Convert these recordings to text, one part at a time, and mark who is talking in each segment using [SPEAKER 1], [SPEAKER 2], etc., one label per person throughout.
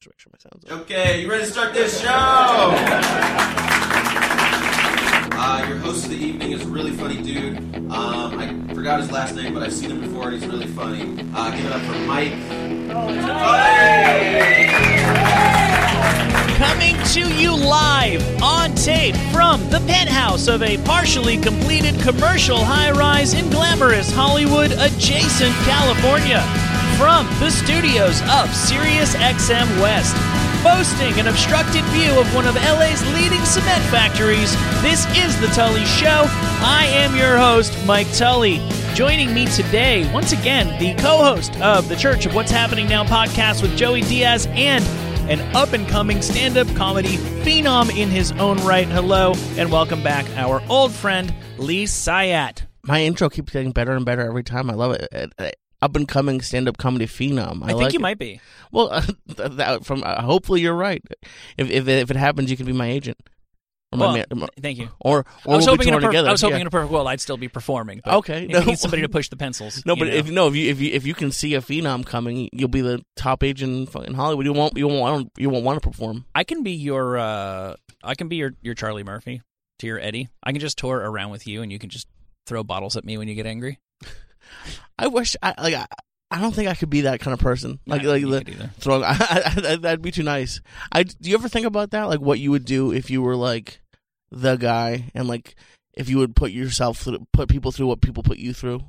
[SPEAKER 1] to make sure my sound's on.
[SPEAKER 2] Okay, you ready to start this show? Uh, your host of the evening is a really funny dude. Um, I forgot his last name, but I've seen him before, and he's really funny. Uh, give it up for Mike.
[SPEAKER 3] Coming to you live on tape from the penthouse of a partially completed commercial high rise in glamorous Hollywood adjacent California. From the studios of Sirius XM West. Boasting an obstructed view of one of LA's leading cement factories, this is The Tully Show. I am your host, Mike Tully. Joining me today, once again, the co host of the Church of What's Happening Now podcast with Joey Diaz and an up and coming stand up comedy phenom in his own right. Hello, and welcome back, our old friend, Lee Syatt.
[SPEAKER 1] My intro keeps getting better and better every time. I love it. it, it up and coming stand up comedy phenom. I,
[SPEAKER 3] I think
[SPEAKER 1] like
[SPEAKER 3] you
[SPEAKER 1] it.
[SPEAKER 3] might be.
[SPEAKER 1] Well, th- that from uh, hopefully you're right. If, if if it happens, you can be my agent. Or my
[SPEAKER 3] Well,
[SPEAKER 1] ma-
[SPEAKER 3] thank you.
[SPEAKER 1] Or, or
[SPEAKER 3] I was,
[SPEAKER 1] we'll be
[SPEAKER 3] hoping
[SPEAKER 1] touring
[SPEAKER 3] in, a perfect,
[SPEAKER 1] together.
[SPEAKER 3] I was hoping
[SPEAKER 1] Yeah.
[SPEAKER 3] in a perfect world I'd still be performing. but
[SPEAKER 1] Okay,
[SPEAKER 3] you
[SPEAKER 1] no.
[SPEAKER 3] need somebody to push the pencils.
[SPEAKER 1] No,
[SPEAKER 3] you
[SPEAKER 1] but
[SPEAKER 3] know.
[SPEAKER 1] if no, if you if you if you can see a phenom coming, you'll be the top agent in Hollywood. You won't you won't you won't want to perform.
[SPEAKER 3] I can be your, uh, I can be your, your Charlie Murphy to your Eddie. I can just tour around with you, and you can just throw bottles at me when you get angry.
[SPEAKER 1] I wish I like I, I don't think I could be that kind of person. Like
[SPEAKER 3] I don't
[SPEAKER 1] like
[SPEAKER 3] think you
[SPEAKER 1] the-
[SPEAKER 3] could either.
[SPEAKER 1] throwing I, I, that'd be too nice. I do you ever think about that? Like what you would do if you were like the guy and like if you would put yourself through, put people through what people put you through.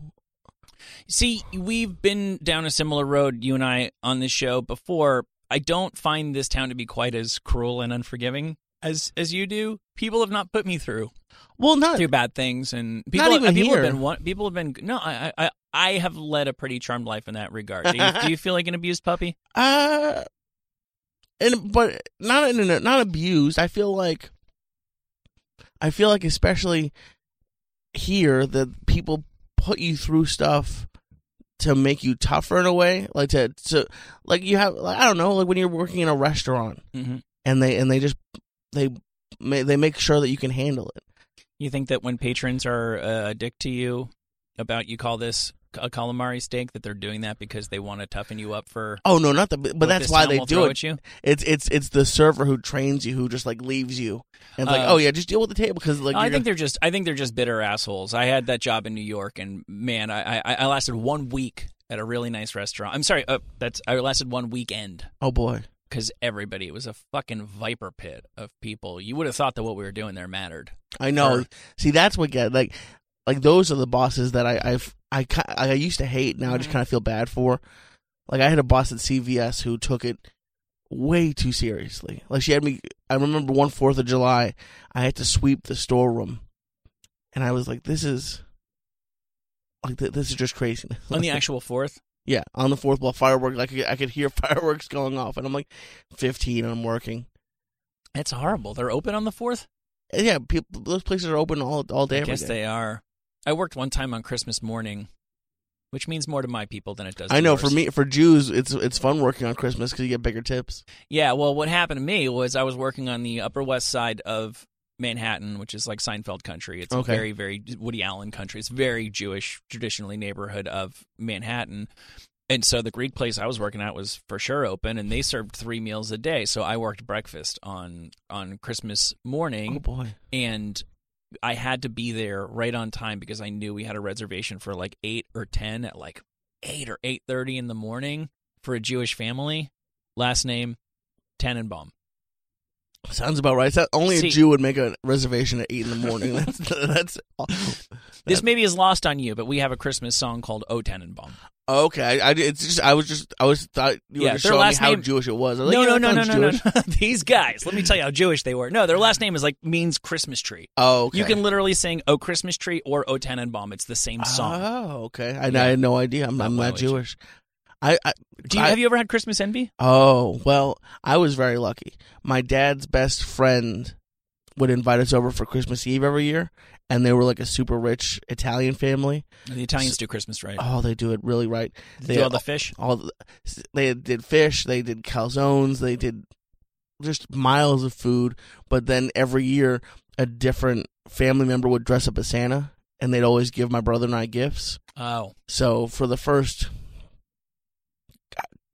[SPEAKER 3] See, we've been down a similar road, you and I, on this show before. I don't find this town to be quite as cruel and unforgiving as as you do. People have not put me through
[SPEAKER 1] Well, not
[SPEAKER 3] through bad things, and people uh,
[SPEAKER 1] even
[SPEAKER 3] people
[SPEAKER 1] here.
[SPEAKER 3] have been one- people have been no. I I I- I have led a pretty charmed life in that regard. Do you, do you feel like an abused puppy?
[SPEAKER 1] Uh, and but not in an, not abused. I feel like I feel like especially here that people put you through stuff to make you tougher in a way, like to to like you have like, I don't know, like when you're working in a restaurant
[SPEAKER 3] hmm
[SPEAKER 1] and they and they just they ma- they make sure that you can handle it.
[SPEAKER 3] You think that when patrons are uh, a dick to you about you call this a calamari steak that they're doing that because they want to toughen you up for.
[SPEAKER 1] Oh no, not the but
[SPEAKER 3] what
[SPEAKER 1] that's
[SPEAKER 3] this
[SPEAKER 1] why
[SPEAKER 3] town
[SPEAKER 1] they
[SPEAKER 3] will
[SPEAKER 1] do
[SPEAKER 3] throw
[SPEAKER 1] it.
[SPEAKER 3] at you.
[SPEAKER 1] It's it's it's the server who trains you who just like leaves you and it's like
[SPEAKER 3] Uh,
[SPEAKER 1] oh yeah, just deal with the table because like
[SPEAKER 3] Oh, I
[SPEAKER 1] you're
[SPEAKER 3] think they're just I think they're just bitter assholes. I had that job in New York, and man, I I, I lasted one week at a really nice restaurant. I'm sorry, uh, that's I lasted one weekend
[SPEAKER 1] gonna- oh boy.
[SPEAKER 3] because everybody it was a fucking viper pit of people. You would have thought that what we were doing there mattered.
[SPEAKER 1] I know.
[SPEAKER 3] Or-
[SPEAKER 1] See, that's what get like, like those are the bosses that I I've, I ki- I used to hate. Now I
[SPEAKER 3] Mm-hmm.
[SPEAKER 1] just kind of feel bad for. Like I had a boss at CVS who took it way too seriously. Like she had me. I remember one Fourth of July, I had to sweep the storeroom, and I was like, "This is." Like th- this is just craziness.
[SPEAKER 3] On the actual fourth,
[SPEAKER 1] yeah, on the fourth wall fireworks, like I could hear fireworks going off, and I'm like, fifteen, and I'm working.
[SPEAKER 3] it's horrible. They're open on the fourth.
[SPEAKER 1] And yeah, people, those places are open all all day.
[SPEAKER 3] I
[SPEAKER 1] every
[SPEAKER 3] guess
[SPEAKER 1] day.
[SPEAKER 3] they are. I worked one time on Christmas morning, which means more to my people than it does.
[SPEAKER 1] I
[SPEAKER 3] to
[SPEAKER 1] know.
[SPEAKER 3] yours.
[SPEAKER 1] For me, for Jews, it's it's fun working on Christmas because you get bigger tips.
[SPEAKER 3] Yeah, well, what happened to me was I was working on the Upper West Side of Manhattan, which is like Seinfeld country. It's
[SPEAKER 1] Okay.
[SPEAKER 3] a very, very Woody Allen country. It's very Jewish, traditionally neighborhood of Manhattan. And so the Greek place I was working at was for sure open, and they served three meals a day. So I worked breakfast on on Christmas morning,
[SPEAKER 1] Oh, boy!
[SPEAKER 3] and I had to be there right on time because I knew we had a reservation for like eight or ten at like eight or eight thirty in the morning for a Jewish family. Last name Tannenbaum.
[SPEAKER 1] Sounds about right. So- Only
[SPEAKER 3] See-
[SPEAKER 1] a Jew would make a reservation at eight in the morning. that's that's all.
[SPEAKER 3] This maybe is lost on you, but we have a Christmas song called Oh, "O Tannenbaum."
[SPEAKER 1] okay. I, I- it's just I was just I was thought you were
[SPEAKER 3] Yeah,
[SPEAKER 1] just
[SPEAKER 3] their
[SPEAKER 1] showing me
[SPEAKER 3] last
[SPEAKER 1] how
[SPEAKER 3] name-
[SPEAKER 1] Jewish it was. I
[SPEAKER 3] No,
[SPEAKER 1] was like,
[SPEAKER 3] no,
[SPEAKER 1] yeah,
[SPEAKER 3] no,
[SPEAKER 1] that
[SPEAKER 3] no,
[SPEAKER 1] sounds
[SPEAKER 3] no, no,
[SPEAKER 1] Jewish.
[SPEAKER 3] no. These guys. Let me tell you how Jewish they were. No, their last name is like means Christmas tree.
[SPEAKER 1] Oh, okay.
[SPEAKER 3] You can literally sing "O Christmas Tree" or "O Tannenbaum." It's the same song.
[SPEAKER 1] Oh, okay. I,
[SPEAKER 3] Yeah.
[SPEAKER 1] I had no idea. I'm, I'm
[SPEAKER 3] Not
[SPEAKER 1] not
[SPEAKER 3] Jewish.
[SPEAKER 1] Jewish. I, I
[SPEAKER 3] Do you
[SPEAKER 1] I-
[SPEAKER 3] have you ever had Christmas envy?
[SPEAKER 1] Oh, well, I was very lucky. My dad's best friend would invite us over for Christmas Eve every year, and they were like a super rich Italian family.
[SPEAKER 3] The Italians do Christmas right.
[SPEAKER 1] Oh, they do it really right.
[SPEAKER 3] They
[SPEAKER 1] They
[SPEAKER 3] do all the fish.
[SPEAKER 1] all the, they did fish, they did calzones, they did just miles of food, but then every year a different family member would dress up as Santa and they'd always give my brother and I gifts.
[SPEAKER 3] Oh,
[SPEAKER 1] So for the first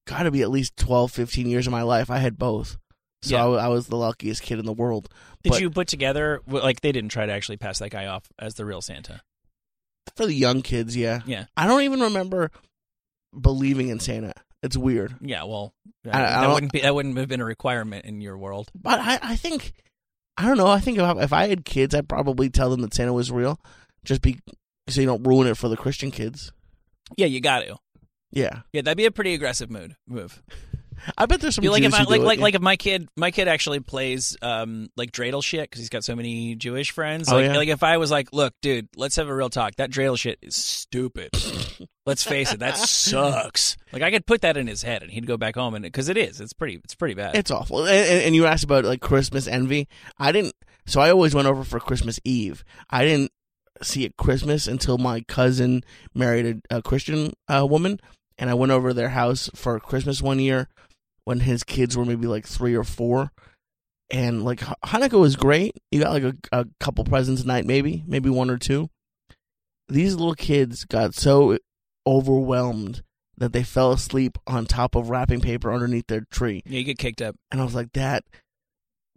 [SPEAKER 1] got to be at least 12, 15 years of my life. I had both. So
[SPEAKER 3] Yeah.
[SPEAKER 1] I wa- I was the luckiest kid in the world.
[SPEAKER 3] Did
[SPEAKER 1] But-
[SPEAKER 3] you put together w- like they didn't try to actually pass that guy off as the real Santa?
[SPEAKER 1] For the young kids, yeah.
[SPEAKER 3] Yeah.
[SPEAKER 1] I don't even remember believing in Santa. It's weird.
[SPEAKER 3] Yeah, well,
[SPEAKER 1] I
[SPEAKER 3] Uh, that
[SPEAKER 1] don't-
[SPEAKER 3] wouldn't be that wouldn't have been a requirement in your world.
[SPEAKER 1] But I, I think, I don't know. I think if I, if I had kids, I'd probably tell them that Santa was real, just be so you don't ruin it for the Christian kids.
[SPEAKER 3] Yeah, you got to.
[SPEAKER 1] Yeah,
[SPEAKER 3] Yeah, that'd be a pretty aggressive mood move.
[SPEAKER 1] I bet there's some
[SPEAKER 3] Be like
[SPEAKER 1] Jews
[SPEAKER 3] if I,
[SPEAKER 1] who do
[SPEAKER 3] like
[SPEAKER 1] it,
[SPEAKER 3] like
[SPEAKER 1] yeah.
[SPEAKER 3] like if my kid my kid actually plays um like dreidel shit because he's got so many Jewish friends.
[SPEAKER 1] Oh,
[SPEAKER 3] Like,
[SPEAKER 1] yeah?
[SPEAKER 3] like if I was like, look, dude, let's have a real talk. That dreidel shit is stupid. let's face it, that sucks. Like I could put that in his head and he'd go back home and because it is, it's pretty, it's pretty bad.
[SPEAKER 1] it's awful. And, and, and you asked about like Christmas envy. I didn't. So I always went over for Christmas Eve. I didn't see it Christmas until my cousin married a, a Christian uh, woman, and I went over to their house for Christmas one year when his kids were maybe like three or four. And like Ha- Hanukkah was great. You got like a, a couple presents a night, maybe, maybe one or two. These little kids got so overwhelmed that they fell asleep on top of wrapping paper underneath their tree
[SPEAKER 3] yeah, you get kicked up.
[SPEAKER 1] and I was like, that,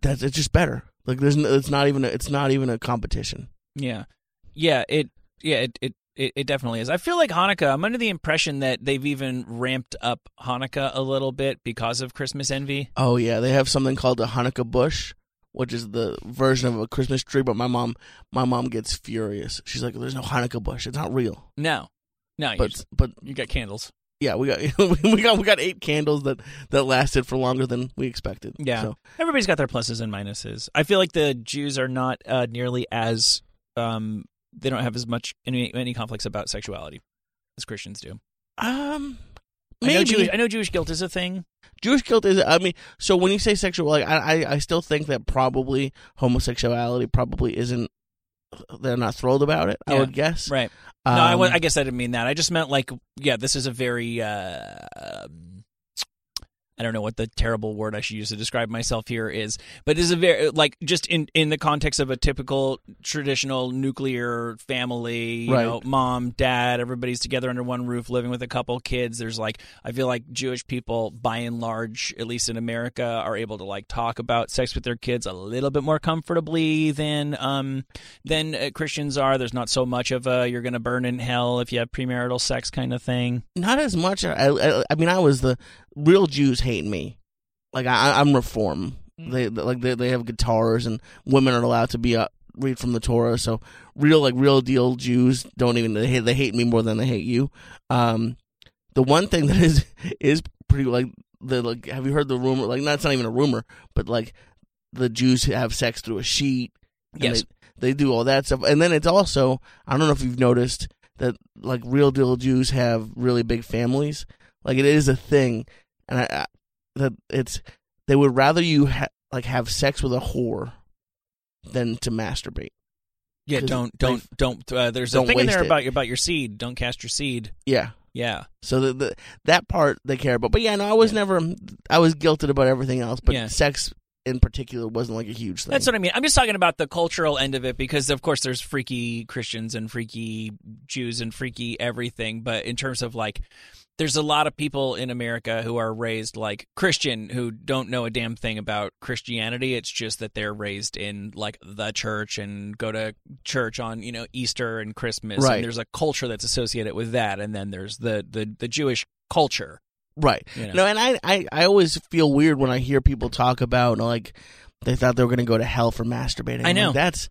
[SPEAKER 1] that's it's just better. Like there's, no, it's not even, a, it's not even a competition.
[SPEAKER 3] Yeah, yeah, it, yeah, it, it, it, it definitely is. I feel like Hanukkah. I'm under the impression that they've even ramped up Hanukkah a little bit because of Christmas envy.
[SPEAKER 1] Oh yeah, they have something called a Hanukkah bush, which is the version of a Christmas tree. But my mom, my mom gets furious. She's like, there's no Hanukkah bush. It's not real.
[SPEAKER 3] No, no, you,
[SPEAKER 1] But but
[SPEAKER 3] you got candles.
[SPEAKER 1] yeah, we got we got we got eight candles that that lasted for longer than we expected.
[SPEAKER 3] Yeah.
[SPEAKER 1] So,
[SPEAKER 3] Everybody's got their pluses and minuses. I feel like the Jews are not uh, nearly as um, they don't have as much any, any conflicts about sexuality as Christians do.
[SPEAKER 1] um.
[SPEAKER 3] I know,
[SPEAKER 1] Maybe
[SPEAKER 3] Jewish, I know Jewish guilt is a thing.
[SPEAKER 1] Jewish guilt is. I mean, so when you say sexual, like I, I, I still think that probably homosexuality probably isn't. They're not thrilled about it. I
[SPEAKER 3] Yeah.
[SPEAKER 1] would guess.
[SPEAKER 3] Right. no, I, wa-
[SPEAKER 1] Um,
[SPEAKER 3] I guess I didn't mean that. I just meant like, yeah, this is a very, uh, um, I don't know what the terrible word I should use to describe myself here is, but this is a very like just in in the context of a typical traditional nuclear family, you
[SPEAKER 1] Right.
[SPEAKER 3] know, mom, dad, everybody's together under one roof, living with a couple kids. There's like, I feel like Jewish people, by and large, at least in America, are able to like talk about sex with their kids a little bit more comfortably than um than uh, Christians are. There's not so much of a you're going to burn in hell if you have premarital sex kind of thing.
[SPEAKER 1] not as much. I, I, I mean, I was the real Jews hate me. Like I, I'm reform.
[SPEAKER 3] Mm.
[SPEAKER 1] They like they, they have guitars and women are allowed to be uh, read from the Torah. So real like real deal Jews don't even they hate, they hate me more than they hate you. Um, the one thing that is is pretty like the like have you heard the rumor like not it's not even a rumor but like the Jews have sex through a sheet. and
[SPEAKER 3] Yes.
[SPEAKER 1] they, they do all that stuff, and then it's also I don't know if you've noticed that like real deal Jews have really big families. Like it is a thing, and I, I that it's they would rather you ha- like have sex with a whore than to masturbate.
[SPEAKER 3] Yeah,
[SPEAKER 1] 'Cause
[SPEAKER 3] don't don't don't. Uh, there's a
[SPEAKER 1] Don't
[SPEAKER 3] thing in
[SPEAKER 1] waste
[SPEAKER 3] there
[SPEAKER 1] it.
[SPEAKER 3] about about your seed. Don't cast your seed.
[SPEAKER 1] Yeah.
[SPEAKER 3] Yeah,
[SPEAKER 1] So the, the that part they care about. But yeah, no, I was never I was guilted about everything else, but
[SPEAKER 3] Yeah.
[SPEAKER 1] sex in particular wasn't like a huge thing.
[SPEAKER 3] that's what I mean. I'm just talking about the cultural end of it because, of course, there's freaky Christians and freaky Jews and freaky everything. But in terms of like, there's a lot of people in America who are raised like Christian who don't know a damn thing about Christianity. It's just that they're raised in like the church and go to church on you know Easter and Christmas.
[SPEAKER 1] Right.
[SPEAKER 3] And there's a culture that's associated with that, and then there's the the the Jewish culture.
[SPEAKER 1] right.
[SPEAKER 3] You know?
[SPEAKER 1] No, and I, I I always feel weird when I hear people talk about like they thought they were going to go to hell for masturbating.
[SPEAKER 3] I
[SPEAKER 1] I'm like,
[SPEAKER 3] know.
[SPEAKER 1] that's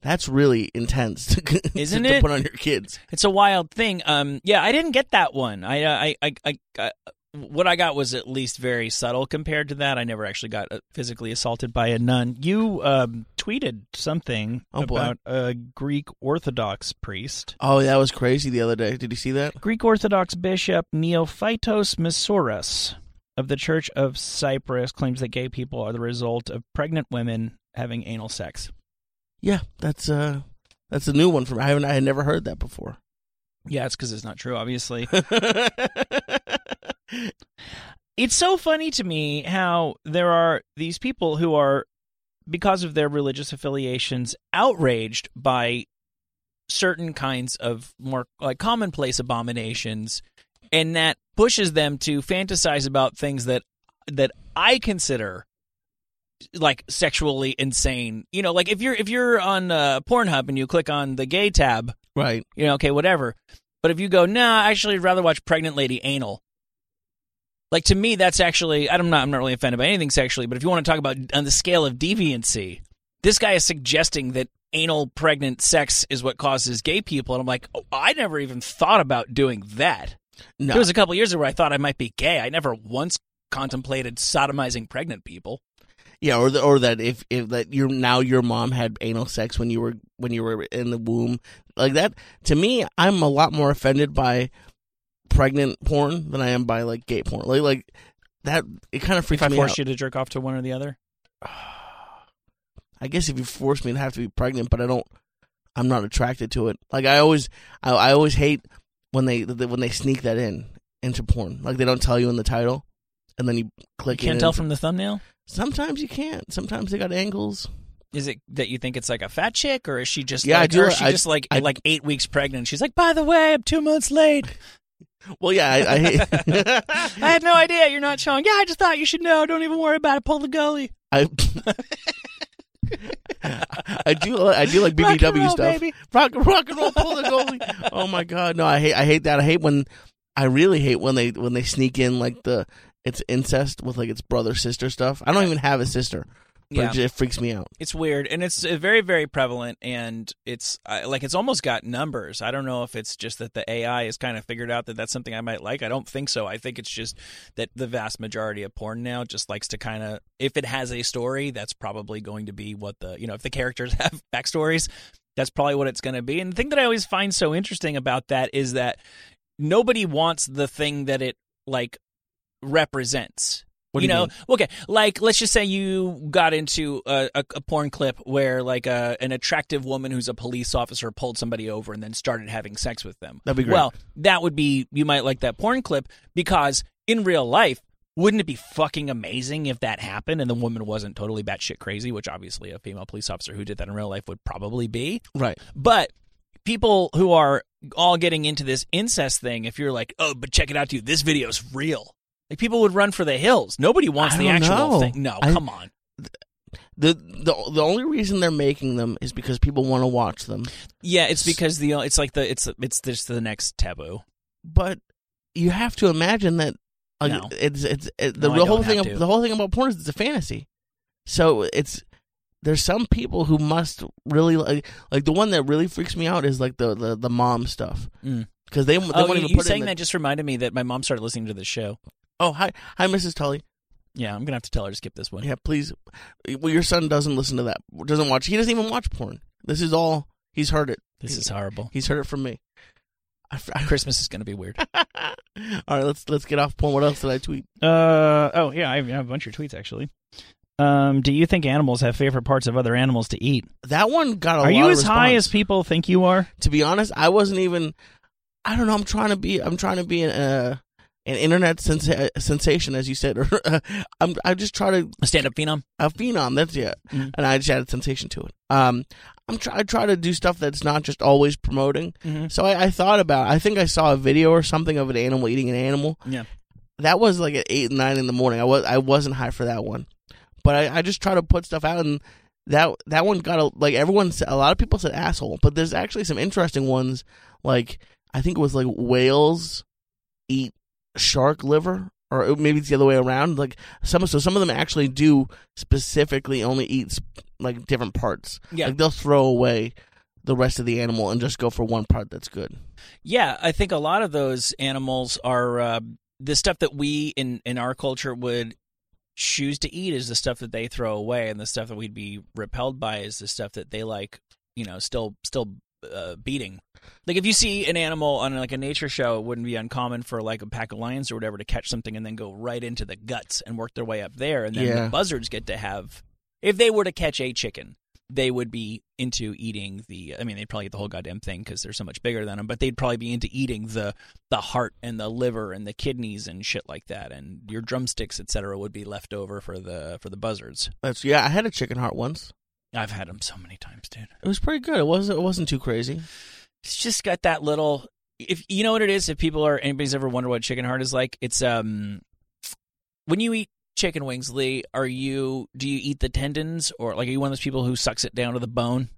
[SPEAKER 1] that's really intense to, to-
[SPEAKER 3] Isn't
[SPEAKER 1] to
[SPEAKER 3] it?
[SPEAKER 1] put on your kids.
[SPEAKER 3] It's a wild thing. Um, yeah, I didn't get that one. I, uh, I, I, I, I what I got was at least very subtle compared to that. I never actually got uh, physically assaulted by a nun. You um, tweeted something
[SPEAKER 1] Oh, boy.
[SPEAKER 3] about a Greek Orthodox priest.
[SPEAKER 1] Oh, that was crazy the other day. Did you see that?
[SPEAKER 3] Greek Orthodox Bishop Neophytos Misouras of the Church of Cyprus claims that gay people are the result of pregnant women having anal sex.
[SPEAKER 1] Yeah, that's uh that's a new one from I haven't I had never heard that before.
[SPEAKER 3] Yeah, it's because it's not true, obviously. it's so funny to me how there are these people who are because of their religious affiliations outraged by certain kinds of more like commonplace abominations and that pushes them to fantasize about things that that I consider like sexually insane. You know, like if you're if you're on uh, Pornhub and you click on the gay tab,
[SPEAKER 1] Right.
[SPEAKER 3] you know, okay, whatever. But if you go, nah, I actually would rather watch pregnant lady anal. Like to me, that's actually I'm not I'm not really offended by anything sexually, but if you want to talk about on the scale of deviancy, this guy is suggesting that anal pregnant sex is what causes gay people, and I'm like, oh, I never even thought about doing that.
[SPEAKER 1] No.
[SPEAKER 3] There was a couple years ago where I thought I might be gay. I never once contemplated sodomizing pregnant people.
[SPEAKER 1] yeah, or the, or that if if that your now your mom had anal sex when you were when you were in the womb like that. To me, I'm a lot more offended by pregnant porn than I am by like gay porn. Like like that, it kind of freaks
[SPEAKER 3] If I
[SPEAKER 1] me
[SPEAKER 3] forced
[SPEAKER 1] out.
[SPEAKER 3] you to jerk off to one or the other,
[SPEAKER 1] I guess if you force me to have to be pregnant, but I don't. I'm not attracted to it. Like I always, I, I always hate when they when they sneak that in into porn. Like they don't tell you in the title, and then you
[SPEAKER 3] you
[SPEAKER 1] click. it
[SPEAKER 3] can't
[SPEAKER 1] and-
[SPEAKER 3] tell from the thumbnail.
[SPEAKER 1] Sometimes you can't. Sometimes they got angles.
[SPEAKER 3] Is it that you think it's like a fat chick, or is she just
[SPEAKER 1] Yeah, I
[SPEAKER 3] like,
[SPEAKER 1] do-
[SPEAKER 3] or is she
[SPEAKER 1] I-
[SPEAKER 3] just like
[SPEAKER 1] I-
[SPEAKER 3] like eight weeks pregnant? She's like, by the way, I'm two months late.
[SPEAKER 1] Well, yeah, I, I
[SPEAKER 3] I
[SPEAKER 1] hate.
[SPEAKER 3] had no idea you're not showing. Yeah, I just thought you should know. Don't even worry about it. Pull the goalie.
[SPEAKER 1] I, I do. I do like
[SPEAKER 3] Rock and
[SPEAKER 1] BBW
[SPEAKER 3] roll,
[SPEAKER 1] stuff.
[SPEAKER 3] baby.
[SPEAKER 1] Rock, rock and roll, pull the goalie. Oh my god, no! I hate. I hate that. I hate when. I really hate when they when they sneak in like the it's incest with like it's brother sister stuff. I don't even have a sister, but
[SPEAKER 3] Yeah.
[SPEAKER 1] it just freaks me out.
[SPEAKER 3] It's weird, and it's uh, very, very prevalent, and it's uh, like it's almost got numbers. I don't know if it's just that the AI has kind of figured out that that's something I might like. I don't think so. I think it's just that the vast majority of porn now just likes to kind of, if it has a story, that's probably going to be what the you know if the characters have backstories, that's probably what it's going to be. And the thing that I always find so interesting about that is that nobody wants the thing that it like represents
[SPEAKER 1] What do
[SPEAKER 3] you
[SPEAKER 1] you
[SPEAKER 3] know, okay, like let's just say you got into a, a, a porn clip where like a, an attractive woman who's a police officer pulled somebody over and then started having sex with them.
[SPEAKER 1] That'd be great.
[SPEAKER 3] Well, that would be you might like that porn clip because in real life, wouldn't it be fucking amazing if that happened and the woman wasn't totally batshit crazy, which obviously a female police officer who did that in real life would probably be.
[SPEAKER 1] Right.
[SPEAKER 3] But people who are all getting into this incest thing, if you're like, oh, but check it out, dude, this video's real. Like people would run for the hills. Nobody wants
[SPEAKER 1] I
[SPEAKER 3] the
[SPEAKER 1] don't
[SPEAKER 3] actual
[SPEAKER 1] know.
[SPEAKER 3] thing. No,
[SPEAKER 1] I-
[SPEAKER 3] come on.
[SPEAKER 1] The the the only reason they're making them is because people want to watch them.
[SPEAKER 3] Yeah, it's because the it's like the it's it's just the next taboo.
[SPEAKER 1] but you have to imagine that like,
[SPEAKER 3] No.
[SPEAKER 1] it's it's it,
[SPEAKER 3] No,
[SPEAKER 1] the
[SPEAKER 3] I
[SPEAKER 1] whole
[SPEAKER 3] don't
[SPEAKER 1] thing
[SPEAKER 3] have
[SPEAKER 1] ab-
[SPEAKER 3] to.
[SPEAKER 1] the whole thing about porn is it's a fantasy. So it's there's some people who must really like like the one that really freaks me out is like the the, the mom stuff
[SPEAKER 3] Mm.
[SPEAKER 1] because they, they
[SPEAKER 3] Oh,
[SPEAKER 1] won't
[SPEAKER 3] you,
[SPEAKER 1] even
[SPEAKER 3] you
[SPEAKER 1] put it
[SPEAKER 3] saying
[SPEAKER 1] in the,
[SPEAKER 3] that just reminded me that my mom started listening to this show.
[SPEAKER 1] oh hi hi Mrs Tully
[SPEAKER 3] Yeah, I'm gonna have to tell her to skip this one.
[SPEAKER 1] yeah please well your son doesn't listen to that doesn't watch he doesn't even watch porn this is all he's heard it
[SPEAKER 3] This is horrible.
[SPEAKER 1] he's heard it from me. I, f- I-
[SPEAKER 3] Christmas is gonna be weird.
[SPEAKER 1] all right let's let's get off porn what else did I tweet
[SPEAKER 3] Uh oh yeah, I have a bunch of tweets actually. Um, do you think animals have favorite parts of other animals to eat?
[SPEAKER 1] that one got a
[SPEAKER 3] are
[SPEAKER 1] lot
[SPEAKER 3] you
[SPEAKER 1] of
[SPEAKER 3] as high
[SPEAKER 1] response.
[SPEAKER 3] as people think you are?
[SPEAKER 1] to be honest, I wasn't even. I don't know. I'm trying to be. I'm trying to be an uh, an internet sensa- sensation, as you said. Or uh, I'm. I just try to
[SPEAKER 3] Stand up phenom.
[SPEAKER 1] a phenom. That's it.
[SPEAKER 3] Mhm.
[SPEAKER 1] And I just added sensation to it. Um, I'm try. I try to do stuff that's not just always promoting.
[SPEAKER 3] Mhm.
[SPEAKER 1] So I, I thought about. I think I saw a video or something of an animal eating an animal.
[SPEAKER 3] Yeah.
[SPEAKER 1] That was like at eight nine in the morning. I was. I wasn't high for that one, but I, I just try to put stuff out and. That that one got a, like everyone said. A lot of people said asshole, but there's actually some interesting ones. Like I think it was like whales eat shark liver, or maybe it's the other way around. Like some, so some of them actually do specifically only eat sp- like different parts.
[SPEAKER 3] Yeah.
[SPEAKER 1] Like they'll throw away the rest of the animal and just go for one part that's good.
[SPEAKER 3] Yeah, I think a lot of those animals are uh, the stuff that we in in our culture would choose to eat is the stuff that they throw away, and the stuff that we'd be repelled by is the stuff that they like. You know, still still uh, beating. Like if you see an animal on like a nature show, it wouldn't be uncommon for like a pack of lions or whatever to catch something and then go right into the guts and work their way up there, and then
[SPEAKER 1] Yeah.
[SPEAKER 3] the buzzards get to have. If they were to catch a chicken, they would be into eating the i mean they'd probably eat the whole goddamn thing because they're so much bigger than them but they'd probably be into eating the the heart and the liver and the kidneys and shit like that and your drumsticks etc would be left over for the for the buzzards
[SPEAKER 1] That's yeah. I had a chicken heart once.
[SPEAKER 3] i've had them so many times dude
[SPEAKER 1] It was pretty good. It wasn't. It wasn't too crazy.
[SPEAKER 3] it's just got that little if you know what it is, if people are anybody's ever wondered what chicken heart is like, it's um when you eat chicken wings, Lee, are you do you eat the tendons or like are you one of those people who sucks it down to the bone?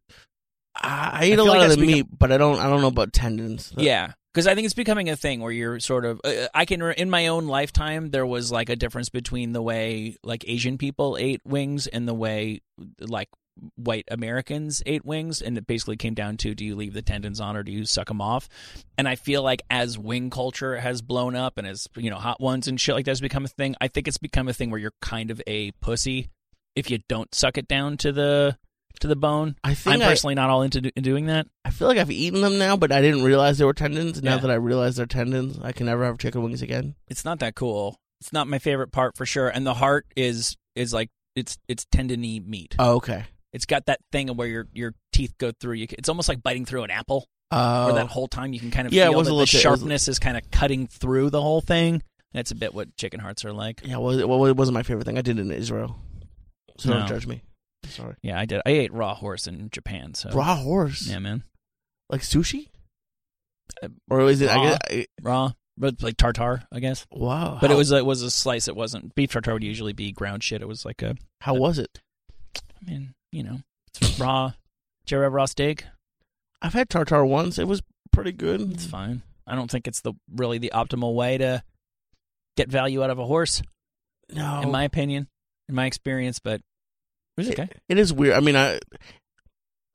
[SPEAKER 1] I, I eat a
[SPEAKER 3] feel
[SPEAKER 1] lot
[SPEAKER 3] like
[SPEAKER 1] of
[SPEAKER 3] that's
[SPEAKER 1] the meat, but I don't. I don't know about tendons.
[SPEAKER 3] Yeah. Because I think it's becoming a thing where you're sort of. Uh, I can re- in my own lifetime there was like a difference between the way like Asian people ate wings and the way like white Americans ate wings, and it basically came down to do you leave the tendons on or do you suck them off? And I feel like as wing culture has blown up and as you know hot ones and shit like that's become a thing, I think it's become a thing where you're kind of a pussy if you don't suck it down to the to the bone.
[SPEAKER 1] I
[SPEAKER 3] I'm
[SPEAKER 1] think I,
[SPEAKER 3] personally not all into do- doing that.
[SPEAKER 1] I feel like I've eaten them now, but I didn't realize they were tendons. Now
[SPEAKER 3] Yeah.
[SPEAKER 1] that I realize they're tendons, I can never have chicken wings again.
[SPEAKER 3] it's not that cool. It's not my favorite part for sure. And the heart is is like it's it's tendony meat.
[SPEAKER 1] Oh, okay.
[SPEAKER 3] It's got that thing where your your teeth go through. You, c- it's almost like biting through an apple. Where
[SPEAKER 1] Oh,
[SPEAKER 3] that whole time you can kind of
[SPEAKER 1] Yeah, it
[SPEAKER 3] feel
[SPEAKER 1] was
[SPEAKER 3] that
[SPEAKER 1] a
[SPEAKER 3] the
[SPEAKER 1] little bit- it was-
[SPEAKER 3] sharpness is kind of cutting through the whole thing. That's a bit what chicken hearts are like.
[SPEAKER 1] yeah. Well, it, well, it wasn't my favorite thing. I did it in Israel, so
[SPEAKER 3] No.
[SPEAKER 1] don't judge me. Sorry.
[SPEAKER 3] Yeah, I did. I ate raw horse in Japan. So
[SPEAKER 1] Raw horse,
[SPEAKER 3] yeah, man,
[SPEAKER 1] like sushi,
[SPEAKER 3] Uh,
[SPEAKER 1] or is it? I
[SPEAKER 3] raw?
[SPEAKER 1] guess, I,
[SPEAKER 3] raw, but like tartar, I guess.
[SPEAKER 1] wow.
[SPEAKER 3] But it
[SPEAKER 1] How-
[SPEAKER 3] was it was a slice. It wasn't beef tartar. Would usually be ground shit. It was like a
[SPEAKER 1] How was it?
[SPEAKER 3] I mean you know it's raw. Did you ever have raw steak?
[SPEAKER 1] I've had tartar once. It was pretty good.
[SPEAKER 3] It's fine. I don't think it's the really the optimal way to get value out of a horse,
[SPEAKER 1] No,
[SPEAKER 3] in my opinion, in my experience. But it was okay.
[SPEAKER 1] it is weird. I mean, I.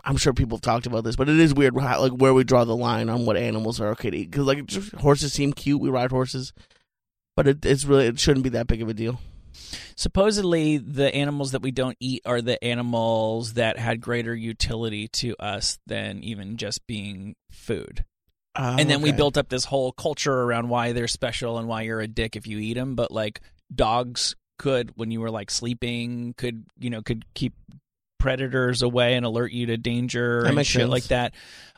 [SPEAKER 1] I'm sure people have talked about this, but it is weird, how, like where we draw the line on what animals are okay to eat. Because like just, horses seem cute, we ride horses, but it, it's really it shouldn't be that big of a deal.
[SPEAKER 3] Supposedly, the animals that we don't eat are the animals that had greater utility to us than even just being food.
[SPEAKER 1] Oh,
[SPEAKER 3] and then we
[SPEAKER 1] okay.
[SPEAKER 3] built up this whole culture around why they're special and why you're a dick if you eat them. But like dogs could, when you were like sleeping, could you know could keep predators away and alert you to danger
[SPEAKER 1] That
[SPEAKER 3] and
[SPEAKER 1] makes
[SPEAKER 3] shit
[SPEAKER 1] sense.
[SPEAKER 3] like that.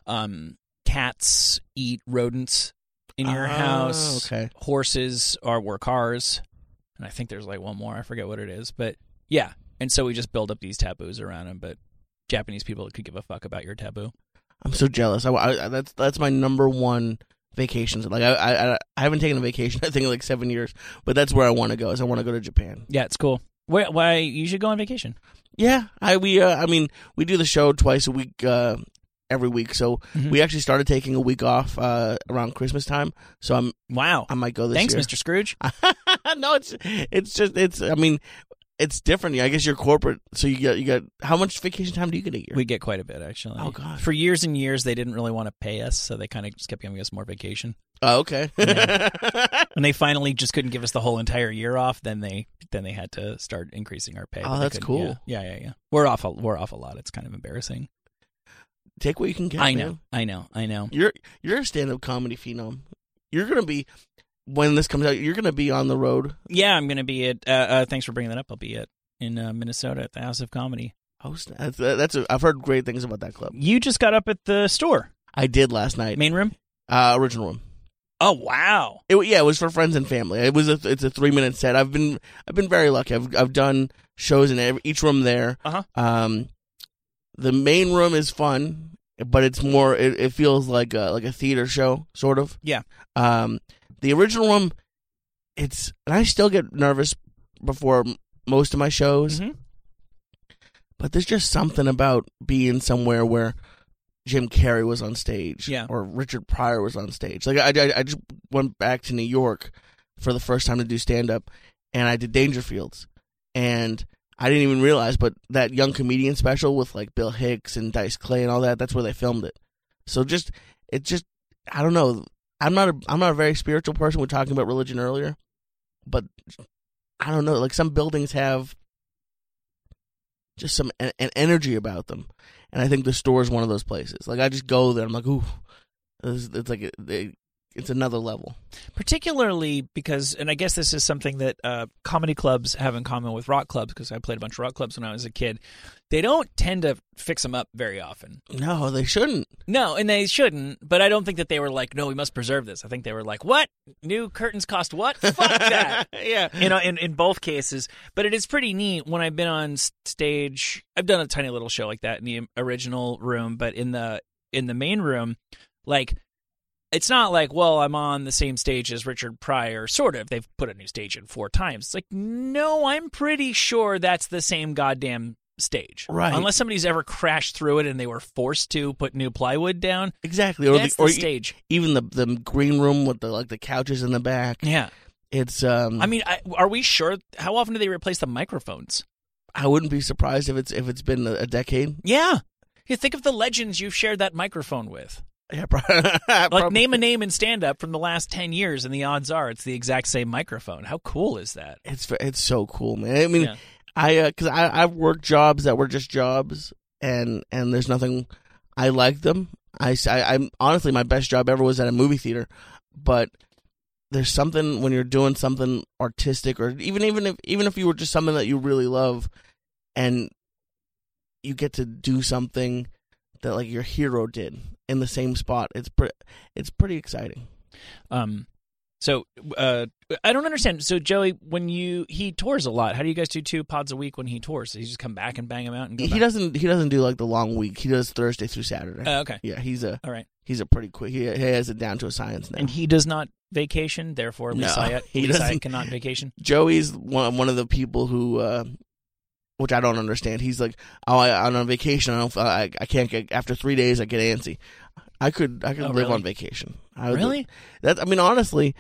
[SPEAKER 3] Um, cats eat rodents in your
[SPEAKER 1] Oh,
[SPEAKER 3] house.
[SPEAKER 1] Okay,
[SPEAKER 3] Horses are were cars, and I think there's like one more. I forget what it is, but yeah. And so we just build up these taboos around them. But Japanese people could give a fuck about your taboo.
[SPEAKER 1] I'm so jealous. I, I- that's that's my number one vacations. Like I, I I- I haven't taken a vacation I think in like seven years, but that's where I want to go. Is I want to go to Japan.
[SPEAKER 3] Yeah, it's cool. Why, why you should go on vacation?
[SPEAKER 1] Yeah, I we uh, I mean we do the show twice a week, uh, every week. So
[SPEAKER 3] Mhm.
[SPEAKER 1] we actually started taking a week off uh, around Christmas time. So I'm
[SPEAKER 3] Wow.
[SPEAKER 1] I might go this
[SPEAKER 3] Thanks,
[SPEAKER 1] year.
[SPEAKER 3] Mr. Scrooge.
[SPEAKER 1] Mr. no, it's it's just it's I mean it's different. I guess you're corporate, so you got you got how much vacation time do you get a year?
[SPEAKER 3] We get quite a bit actually.
[SPEAKER 1] Oh, God.
[SPEAKER 3] For years and years, they didn't really want to pay us, so they kind of just kept giving us more vacation.
[SPEAKER 1] oh, okay.
[SPEAKER 3] When they finally just couldn't give us the whole entire year off, then they then they had to start increasing our pay.
[SPEAKER 1] Oh,
[SPEAKER 3] but they
[SPEAKER 1] that's
[SPEAKER 3] couldn't-
[SPEAKER 1] cool.
[SPEAKER 3] Yeah. yeah, yeah, yeah. We're off. A, we're off a lot. It's kind of embarrassing.
[SPEAKER 1] Take what you can get.
[SPEAKER 3] I know.
[SPEAKER 1] man.
[SPEAKER 3] I know. I know.
[SPEAKER 1] You're you're a stand up comedy phenom. You're gonna be when this comes out. You're gonna be on the road.
[SPEAKER 3] Yeah, I'm gonna be at. Uh, uh, thanks for bringing that up. I'll be at in uh, Minnesota at the House of Comedy.
[SPEAKER 1] Host. That's, that's a, I've heard great things about that club.
[SPEAKER 3] You just got up at the store
[SPEAKER 1] I did last night.
[SPEAKER 3] main room.
[SPEAKER 1] Uh, original room.
[SPEAKER 3] Oh wow.
[SPEAKER 1] It, yeah, it was for friends and family. It was a it's a three minute set. I've been I've been very lucky. I've I've done shows in every, each room there.
[SPEAKER 3] Uh-huh.
[SPEAKER 1] Um, the main room is fun, but it's more. It, it feels like a like a theater show, sort of.
[SPEAKER 3] Yeah.
[SPEAKER 1] Um, the original room, it's and I still get nervous before m- most of my shows,
[SPEAKER 3] Mhm.
[SPEAKER 1] but there's just something about being somewhere where. Jim Carrey was on stage,
[SPEAKER 3] Yeah.
[SPEAKER 1] or Richard Pryor was on stage. Like I, I, I just went back to New York for the first time to do stand up, and I did Dangerfields, and I didn't even realize, but that young comedian special with like Bill Hicks and Dice Clay and all that, that's where they filmed it. So just it just I don't know. I'm not a I'm not a very spiritual person. We We're talking about religion earlier, but I don't know. Like some buildings have just some an, an energy about them, and I think the store is one of those places. Like I just go there. I'm like, ooh, it's, it's like it, it's another level.
[SPEAKER 3] particularly because and i guess this is something that uh, comedy clubs have in common with rock clubs because i played a bunch of rock clubs when i was a kid they don't tend to fix them up very often
[SPEAKER 1] No, they shouldn't.
[SPEAKER 3] no and they shouldn't but i don't think that they were like no we must preserve this i think they were like what new curtains cost what fuck that
[SPEAKER 1] yeah.
[SPEAKER 3] you know, in, in both cases. But it is pretty neat when I've been on s- stage. I've done a tiny little show like that in the original room, but in the in the main room, like it's not like, well, I'm on the same stage as Richard Pryor, sort of. They've put a new stage in four times. It's like, no, I'm pretty sure that's the same goddamn stage.
[SPEAKER 1] Right.
[SPEAKER 3] Unless somebody's ever crashed through it and they were forced to put new plywood down.
[SPEAKER 1] Exactly, or
[SPEAKER 3] that's
[SPEAKER 1] the, or
[SPEAKER 3] the
[SPEAKER 1] e-
[SPEAKER 3] stage.
[SPEAKER 1] even the the green room with the like the couches in the back.
[SPEAKER 3] Yeah.
[SPEAKER 1] It's um.
[SPEAKER 3] I mean, I, are we sure? How often do they replace the microphones?
[SPEAKER 1] I wouldn't be surprised if it's if it's been a, a decade.
[SPEAKER 3] Yeah. You think of the legends you've shared that microphone with.
[SPEAKER 1] Yeah, pro-
[SPEAKER 3] Like
[SPEAKER 1] probably.
[SPEAKER 3] name a name in stand up from the last 10 years and the odds are it's the exact same microphone. How cool is that?
[SPEAKER 1] It's it's so cool, man. I mean,
[SPEAKER 3] Yeah.
[SPEAKER 1] I because I I've worked jobs that were just jobs, and and there's nothing I like them. I am honestly my best job ever was at a movie theater, but there's something when you're doing something artistic or even even if even if you were just something that you really love, and you get to do something that like your hero did in the same spot. It's pre- it's pretty exciting.
[SPEAKER 3] Um so uh I don't understand. So Joey, when you he tours a lot, how do you guys do two pods a week when he tours? Does he just come back and bang them out and go
[SPEAKER 1] He
[SPEAKER 3] back?
[SPEAKER 1] doesn't he doesn't do like the long week. He does Thursday through Saturday.
[SPEAKER 3] Oh, okay.
[SPEAKER 1] Yeah, he's a
[SPEAKER 3] All right.
[SPEAKER 1] he's a pretty quick. He, he has it down to a science now.
[SPEAKER 3] And he does not vacation, therefore
[SPEAKER 1] No,
[SPEAKER 3] Messiah,
[SPEAKER 1] he
[SPEAKER 3] Messiah
[SPEAKER 1] doesn't.
[SPEAKER 3] cannot vacation.
[SPEAKER 1] Joey's one one of the people who, uh, which I don't understand. He's like, oh, I, I'm on vacation. I don't. I, I can't get after three days. I get antsy. I could I could
[SPEAKER 3] Oh,
[SPEAKER 1] live
[SPEAKER 3] really?
[SPEAKER 1] on vacation. I would-
[SPEAKER 3] Really?
[SPEAKER 1] That I mean, honestly,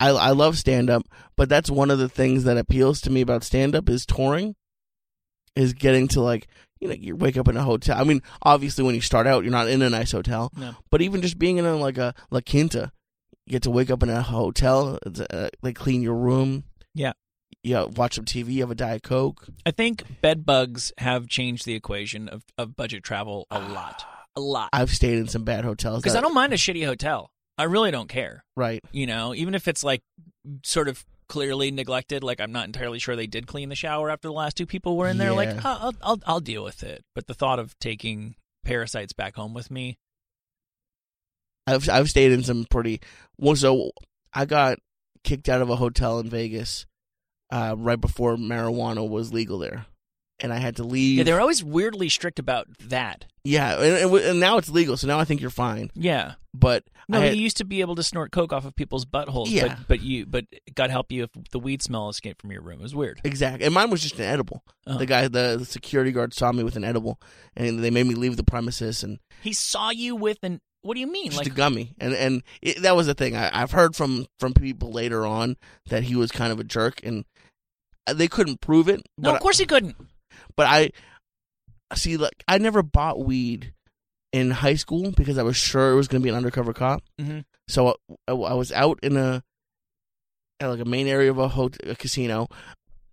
[SPEAKER 1] I I love stand up, but that's one of the things that appeals to me about stand up is touring, is getting to like you know you wake up in a hotel. I mean, obviously when you start out, you're not in a nice hotel,
[SPEAKER 3] No.
[SPEAKER 1] but even just being in a, like a La Quinta, you get to wake up in a hotel. it's, Uh, they clean your room.
[SPEAKER 3] Yeah.
[SPEAKER 1] Yeah, watch some TV. Have a diet coke.
[SPEAKER 3] I think bed bugs have changed the equation of, of budget travel a lot. A lot.
[SPEAKER 1] I've stayed in some bad hotels.
[SPEAKER 3] Because
[SPEAKER 1] that-
[SPEAKER 3] I don't mind a shitty hotel. I really don't care.
[SPEAKER 1] Right.
[SPEAKER 3] You know, even if it's like sort of clearly neglected, like I'm not entirely sure they did clean the shower after the last two people were in there. Like,
[SPEAKER 1] Yeah.
[SPEAKER 3] "Oh, I'll, I'll I'll deal with it. But the thought of taking parasites back home with me,
[SPEAKER 1] I've I've stayed in some pretty. Well, so I got kicked out of a hotel in Vegas uh, right before marijuana was legal there, and I had to leave.
[SPEAKER 3] yeah, they're always weirdly strict about that.
[SPEAKER 1] Yeah, and, and, w- and now it's legal, so now I think you're fine.
[SPEAKER 3] Yeah,
[SPEAKER 1] But
[SPEAKER 3] no,
[SPEAKER 1] I
[SPEAKER 3] you
[SPEAKER 1] had-
[SPEAKER 3] used to be able to snort coke off of people's buttholes.
[SPEAKER 1] Yeah.
[SPEAKER 3] but, but you, but God help you if the weed smell escaped from your room. It was weird.
[SPEAKER 1] Exactly. And mine was just an edible.
[SPEAKER 3] Uh-huh.
[SPEAKER 1] The guy, the, the security guard saw me with an edible and they made me leave the premises and
[SPEAKER 3] He saw you with an. What do you mean?
[SPEAKER 1] just
[SPEAKER 3] Like
[SPEAKER 1] a gummy. And and it, that was the thing. I, I've heard from, from people later on that he was kind of a jerk and uh, they couldn't prove it. But,
[SPEAKER 3] no, of course he couldn't.
[SPEAKER 1] but I, see, like, I never bought weed in high school because I was sure it was going to be an undercover cop.
[SPEAKER 3] Mhm.
[SPEAKER 1] So I, I, I was out in a, at like a main area of a, hot a casino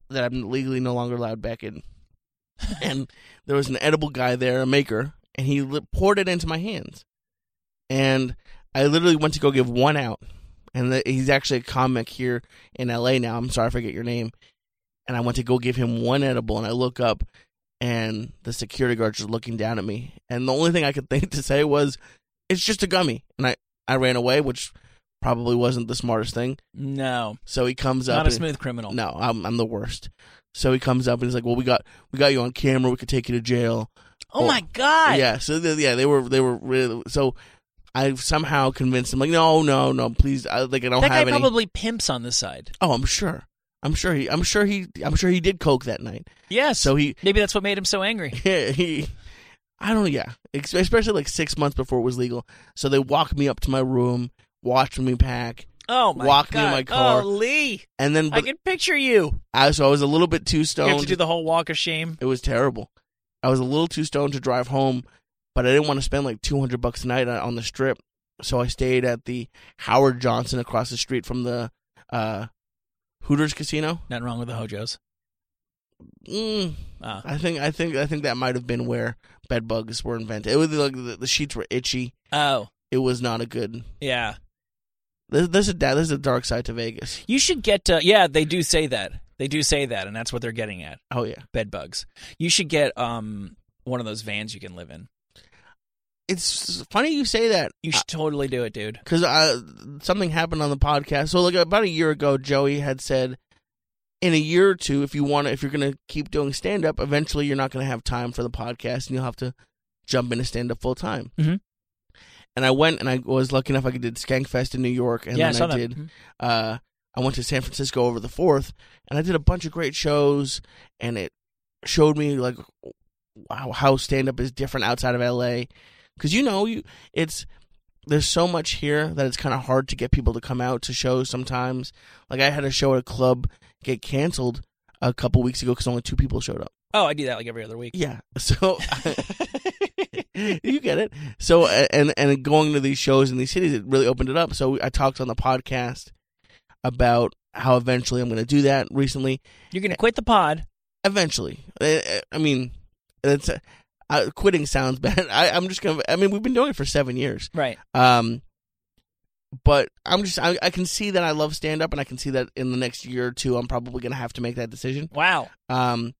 [SPEAKER 1] that I'm legally no longer allowed back in. and there was an edible guy there, a maker, and he li- poured it into my hands. And I literally went to go give one out. And the, he's actually a comic here in LA now. I'm sorry I forget your name. And I went to go give him one edible, and I look up, and the security guard's just looking down at me. And the only thing I could think to say was, "It's just a gummy." And I I ran away, which probably wasn't the smartest thing.
[SPEAKER 3] No,
[SPEAKER 1] So he comes up.
[SPEAKER 3] not a
[SPEAKER 1] and-
[SPEAKER 3] smooth criminal.
[SPEAKER 1] no, I'm I'm the worst. So he comes up and he's like, "Well, we got we got you on camera. We could take you to jail."
[SPEAKER 3] Oh my god.
[SPEAKER 1] yeah. So the, yeah, they were they were really so. I somehow convinced him like, "No, no, no, please." I, like I don't
[SPEAKER 3] That guy
[SPEAKER 1] have any.
[SPEAKER 3] probably pimps on the side.
[SPEAKER 1] oh, I'm sure. I'm sure he. I'm sure he. I'm sure he did coke that night.
[SPEAKER 3] Yeah.
[SPEAKER 1] So he.
[SPEAKER 3] maybe that's what made him so angry.
[SPEAKER 1] Yeah, he I don't know, yeah. Ex- Especially like six months before it was legal. So they walked me up to my room, watched me pack,
[SPEAKER 3] Oh my
[SPEAKER 1] Walked me
[SPEAKER 3] god.
[SPEAKER 1] in my car.
[SPEAKER 3] Oh Lee,
[SPEAKER 1] and then
[SPEAKER 3] I can picture you.
[SPEAKER 1] I, so I was a little bit too
[SPEAKER 3] You have to
[SPEAKER 1] stoned.
[SPEAKER 3] do the whole walk of shame.
[SPEAKER 1] it was terrible. I was a little too stoned to drive home, but I didn't want to spend like two hundred bucks a night uh, on, on the strip. So I stayed at the Howard Johnson across the street from the uh, Hooters Casino.
[SPEAKER 3] Nothing wrong with the Hojos.
[SPEAKER 1] Mm,
[SPEAKER 3] Uh,
[SPEAKER 1] I think I think I think that might have been where bed bugs were invented. It was like the, the sheets were itchy.
[SPEAKER 3] oh
[SPEAKER 1] It was not a good
[SPEAKER 3] yeah.
[SPEAKER 1] There's, there's a da- there's a dark side to Vegas.
[SPEAKER 3] You should get. Uh, yeah, they do say that. They do say that, and that's what they're getting at.
[SPEAKER 1] Oh yeah,
[SPEAKER 3] Bed bugs. You should get um one of those vans you can live in.
[SPEAKER 1] it's funny you say that
[SPEAKER 3] You should totally do it, dude.
[SPEAKER 1] because something happened on the podcast. So like about a year ago, Joey had said, in a year or two, if you want to, if you're gonna keep doing stand up, eventually you're not gonna have time for the podcast, and you'll have to jump into stand up full time.
[SPEAKER 3] Mhm.
[SPEAKER 1] and I went and I was lucky enough I did Skankfest in New York, and
[SPEAKER 3] yeah, I
[SPEAKER 1] then
[SPEAKER 3] saw
[SPEAKER 1] I
[SPEAKER 3] that.
[SPEAKER 1] did.
[SPEAKER 3] Mhm.
[SPEAKER 1] Uh, I went to San Francisco over the fourth, and I did a bunch of great shows, and it showed me like wow how stand up is different outside of L.A. Because you know you it's there's so much here that it's kind of hard to get people to come out to shows sometimes. Like I had a show at a club get canceled a couple weeks ago because only two people showed up.
[SPEAKER 3] Oh, I do that like every other week.
[SPEAKER 1] Yeah, so you get it. So a- and and going to these shows in these cities, it really opened it up. So I talked on the podcast about how eventually I'm going to do that. Recently,
[SPEAKER 3] You're gonna quit the pod.
[SPEAKER 1] eventually, I, I mean, it's uh, quitting sounds bad. I, I'm just gonna. I mean, we've been doing it for seven years.
[SPEAKER 3] Right.
[SPEAKER 1] Um, but I'm just. I, I can see that I love stand up, and I can see that in the next year or two, I'm probably going to have to make that decision.
[SPEAKER 3] Wow.
[SPEAKER 1] Um,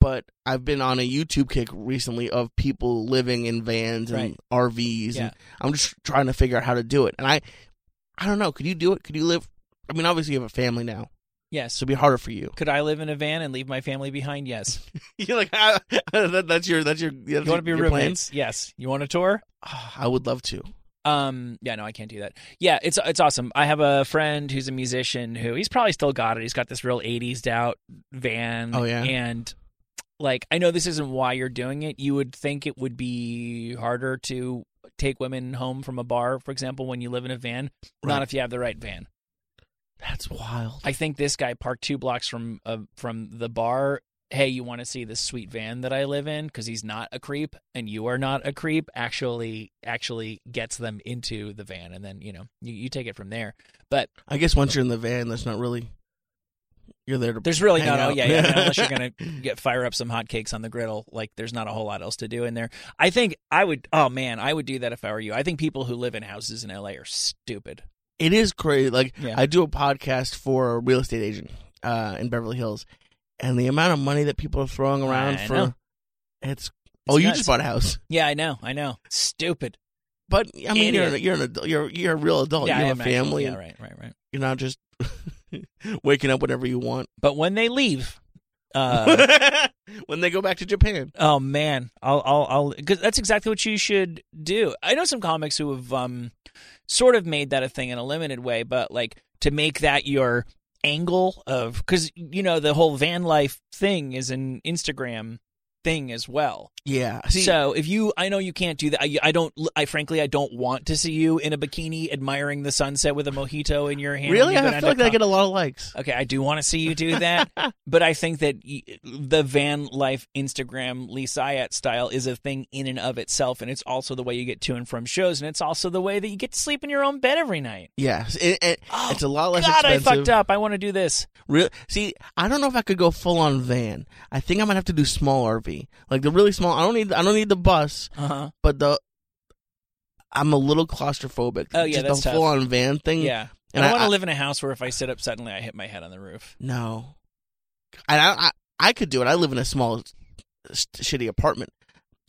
[SPEAKER 1] but I've been on a YouTube kick recently of people living in vans and
[SPEAKER 3] Right.
[SPEAKER 1] RVs,
[SPEAKER 3] Yeah.
[SPEAKER 1] and I'm just trying to figure out how to do it. And I, I don't know. Could you do it? Could you live? I mean, obviously you have a family now,
[SPEAKER 3] Yes.
[SPEAKER 1] so it'd be harder for you.
[SPEAKER 3] Could I live in a van and leave my family behind? Yes.
[SPEAKER 1] You're like, ah, that, that's your, that's your. That's
[SPEAKER 3] You want to be
[SPEAKER 1] your plan?
[SPEAKER 3] roommates? Yes. You want a tour?
[SPEAKER 1] Ah, I would love to.
[SPEAKER 3] Um. Yeah. No, I can't do that. Yeah. It's it's awesome. I have a friend who's a musician who he's probably still got it. He's got this real '80s out van.
[SPEAKER 1] Oh, yeah?
[SPEAKER 3] And like, I know this isn't why you're doing it. You would think it would be harder to take women home from a bar, for example, when you live in a van. Not
[SPEAKER 1] Right.
[SPEAKER 3] if you have the right van.
[SPEAKER 1] That's wild.
[SPEAKER 3] I think this guy parked two blocks from uh, from the bar. Hey, you want to see this sweet van that I live in? Because he's not a creep, and you are not a creep. Actually, actually gets them into the van, and then you know you, you take it from there. But
[SPEAKER 1] I guess once you're in the van, that's not really. You're there to.
[SPEAKER 3] there's really
[SPEAKER 1] Hang
[SPEAKER 3] no, no,
[SPEAKER 1] out.
[SPEAKER 3] yeah, yeah, no, unless you're gonna get fire up some hotcakes on the griddle. Like, there's not a whole lot else to do in there. I think I would. Oh man, I would do that if I were you. I think people who live in houses in LA are stupid.
[SPEAKER 1] It is crazy. Like
[SPEAKER 3] Yeah.
[SPEAKER 1] I do a podcast for a real estate agent uh, in Beverly Hills, and the amount of money that people are throwing around
[SPEAKER 3] I
[SPEAKER 1] for
[SPEAKER 3] know.
[SPEAKER 1] it's. oh, you
[SPEAKER 3] nuts.
[SPEAKER 1] just bought a house,
[SPEAKER 3] Yeah, I know, I know, stupid.
[SPEAKER 1] but I mean, you're,
[SPEAKER 3] Idiot.
[SPEAKER 1] you're an adult. You're you're a real adult.
[SPEAKER 3] yeah,
[SPEAKER 1] Oh, you
[SPEAKER 3] I
[SPEAKER 1] have a
[SPEAKER 3] imagine.
[SPEAKER 1] family.
[SPEAKER 3] Yeah,
[SPEAKER 1] and
[SPEAKER 3] right, right, right.
[SPEAKER 1] You're not just waking up whenever you want.
[SPEAKER 3] But when they leave, uh,
[SPEAKER 1] when they go back to Japan,
[SPEAKER 3] Oh man, I'll I'll I'll because that's exactly what you should do. I know some comics who have um sort of made that a thing in a limited way, but like to make that your angle of because you know the whole van life thing is an Instagram thing as well.
[SPEAKER 1] yeah. See,
[SPEAKER 3] so if you, I know you can't do that. I, I don't. I frankly, I don't want to see you in a bikini admiring the sunset with a mojito in your hand. when
[SPEAKER 1] really,
[SPEAKER 3] you go
[SPEAKER 1] I
[SPEAKER 3] down
[SPEAKER 1] feel
[SPEAKER 3] to
[SPEAKER 1] like I
[SPEAKER 3] com-
[SPEAKER 1] get a lot of likes.
[SPEAKER 3] Okay, I do want to see you do that, but I think that y- the van life Instagram Lee Syatt style is a thing in and of itself, and it's also the way you get to and from shows, and it's also the way that you get to sleep in your own bed every night.
[SPEAKER 1] Yes, it, it-
[SPEAKER 3] Oh,
[SPEAKER 1] it's a lot less
[SPEAKER 3] God,
[SPEAKER 1] expensive.
[SPEAKER 3] I fucked up. I want to do this.
[SPEAKER 1] Real see, I don't know if I could go full on van. I think I might have to do small RV, like the really small. I don't need. I don't need the bus,
[SPEAKER 3] Uh huh.
[SPEAKER 1] but the I'm a little claustrophobic.
[SPEAKER 3] Oh, yeah,
[SPEAKER 1] Just
[SPEAKER 3] that's
[SPEAKER 1] the
[SPEAKER 3] tough.
[SPEAKER 1] full on van thing.
[SPEAKER 3] Yeah.
[SPEAKER 1] and
[SPEAKER 3] I,
[SPEAKER 1] I-
[SPEAKER 3] want
[SPEAKER 1] I-
[SPEAKER 3] to live in a house where if I sit up suddenly, I hit my head on the roof.
[SPEAKER 1] no, and I, I I could do it. I live in a small, s- shitty apartment.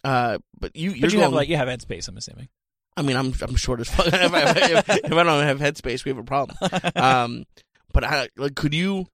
[SPEAKER 1] Uh, but you, you're
[SPEAKER 3] but you
[SPEAKER 1] going,
[SPEAKER 3] have like you have headspace, I'm assuming.
[SPEAKER 1] I mean, I'm I'm short as fuck. if, I, if, if I don't have headspace, we have a problem. Um, but I like, could you,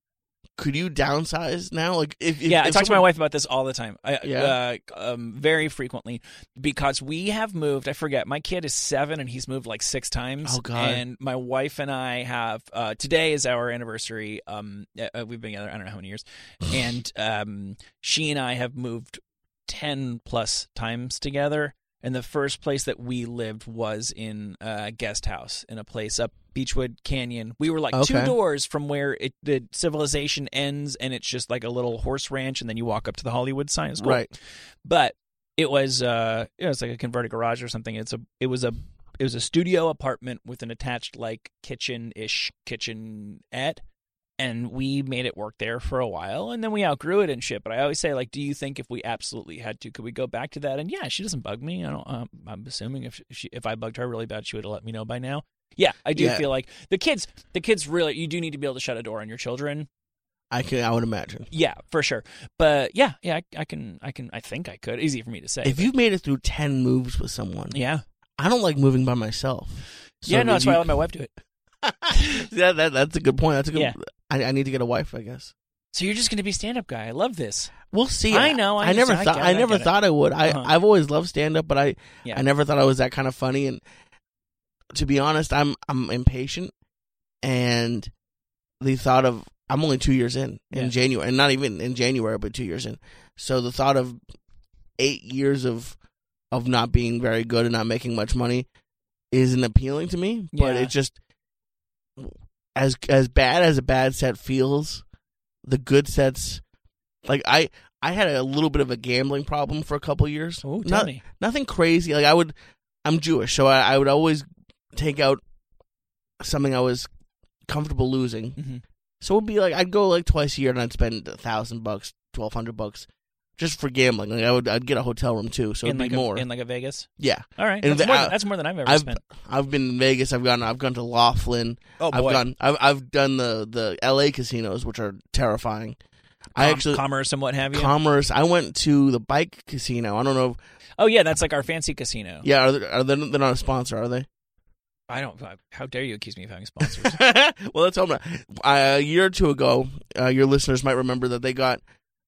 [SPEAKER 1] could you downsize now? Like, if, if
[SPEAKER 3] yeah,
[SPEAKER 1] if
[SPEAKER 3] I talk to my
[SPEAKER 1] someone-
[SPEAKER 3] wife about this all the time. I,
[SPEAKER 1] Yeah.
[SPEAKER 3] uh, um, very frequently because we have moved. I forget. My kid is seven, and he's moved like six times.
[SPEAKER 1] Oh, God.
[SPEAKER 3] And my wife and I have uh, today is our anniversary. Um, uh, we've been together. I don't know how many years, and um, she and I have moved ten plus times together. And the first place that we lived was in uh, a guest house in a place up Beechwood Canyon. We were like two
[SPEAKER 1] Okay.
[SPEAKER 3] doors from where it, the civilization ends, and it's just like a little horse ranch, and then you walk up to the Hollywood sign. It's cool.
[SPEAKER 1] right.
[SPEAKER 3] But it was uh, it was like a converted garage or something. It's a it was a it was a studio apartment with an attached like kitchen ish kitchenette. And we made it work there for a while, and then we outgrew it and shit. But I always say, like, do you think if we absolutely had to, could we go back to that? And yeah, she doesn't bug me. I don't. Um, I'm assuming if she, if I bugged her really bad, she would have let me know by now. Yeah, I do
[SPEAKER 1] Yeah.
[SPEAKER 3] feel like the kids, the kids really, you do need to be able to shut a door on your children.
[SPEAKER 1] I can. I would imagine.
[SPEAKER 3] Yeah, for sure. But yeah, yeah, I, I can, I can, I think I could. Easy for me to say.
[SPEAKER 1] If
[SPEAKER 3] but-
[SPEAKER 1] you've made it through ten moves with someone,
[SPEAKER 3] yeah,
[SPEAKER 1] I don't like moving by myself. So
[SPEAKER 3] yeah,
[SPEAKER 1] did
[SPEAKER 3] no, that's why I
[SPEAKER 1] you-
[SPEAKER 3] let my wife do it.
[SPEAKER 1] yeah, that, that's a good point. That's a good.
[SPEAKER 3] Yeah.
[SPEAKER 1] I, I need to get a wife, I guess.
[SPEAKER 3] So you're just gonna be stand up guy. I love this.
[SPEAKER 1] We'll see.
[SPEAKER 3] I know, I
[SPEAKER 1] I, never
[SPEAKER 3] understand. I
[SPEAKER 1] thought.
[SPEAKER 3] get it,
[SPEAKER 1] I
[SPEAKER 3] I
[SPEAKER 1] never
[SPEAKER 3] get it.
[SPEAKER 1] thought I would. I
[SPEAKER 3] Uh-huh.
[SPEAKER 1] I've always loved stand up, but I
[SPEAKER 3] Yeah.
[SPEAKER 1] I never thought I was that kind of funny. And to be honest, I'm I'm impatient, and the thought of I'm only two years in in
[SPEAKER 3] Yeah.
[SPEAKER 1] January, and not even in January, but two years in. So the thought of eight years of of not being very good and not making much money isn't appealing to me. But
[SPEAKER 3] Yeah.
[SPEAKER 1] it just as as bad as a bad set feels, the good sets like I I had a little bit of a gambling problem for a couple years.
[SPEAKER 3] Oh, tell
[SPEAKER 1] Not-
[SPEAKER 3] me.
[SPEAKER 1] nothing crazy. Like I would, I'm Jewish, so I, I would always take out something I was comfortable losing.
[SPEAKER 3] Mhm.
[SPEAKER 1] So it would be like I'd go like twice a year and I'd spend a thousand bucks, twelve hundred bucks, just for gambling. Like I would, I'd get a hotel room too, so
[SPEAKER 3] in
[SPEAKER 1] it'd
[SPEAKER 3] like
[SPEAKER 1] be more.
[SPEAKER 3] A, in like a Vegas.
[SPEAKER 1] yeah,
[SPEAKER 3] All right,
[SPEAKER 1] In
[SPEAKER 3] that's,
[SPEAKER 1] the-
[SPEAKER 3] more
[SPEAKER 1] I-
[SPEAKER 3] than, that's more than uh, I've ever
[SPEAKER 1] I've
[SPEAKER 3] spent.
[SPEAKER 1] I've been in Vegas. I've gone. I've gone to Laughlin.
[SPEAKER 3] Oh
[SPEAKER 1] I've gone. I've I've done the the L.A. casinos, which are terrifying. I
[SPEAKER 3] Com-
[SPEAKER 1] actually
[SPEAKER 3] commerce and what have you.
[SPEAKER 1] commerce. I went to the bike casino. I don't know. If,
[SPEAKER 3] oh yeah, that's like our fancy casino.
[SPEAKER 1] yeah, are they, are they, they're not a sponsor, are they?
[SPEAKER 3] I don't. How dare you accuse me of having sponsors?
[SPEAKER 1] well, that's home. Uh, a year or two ago, uh, your listeners might remember that they got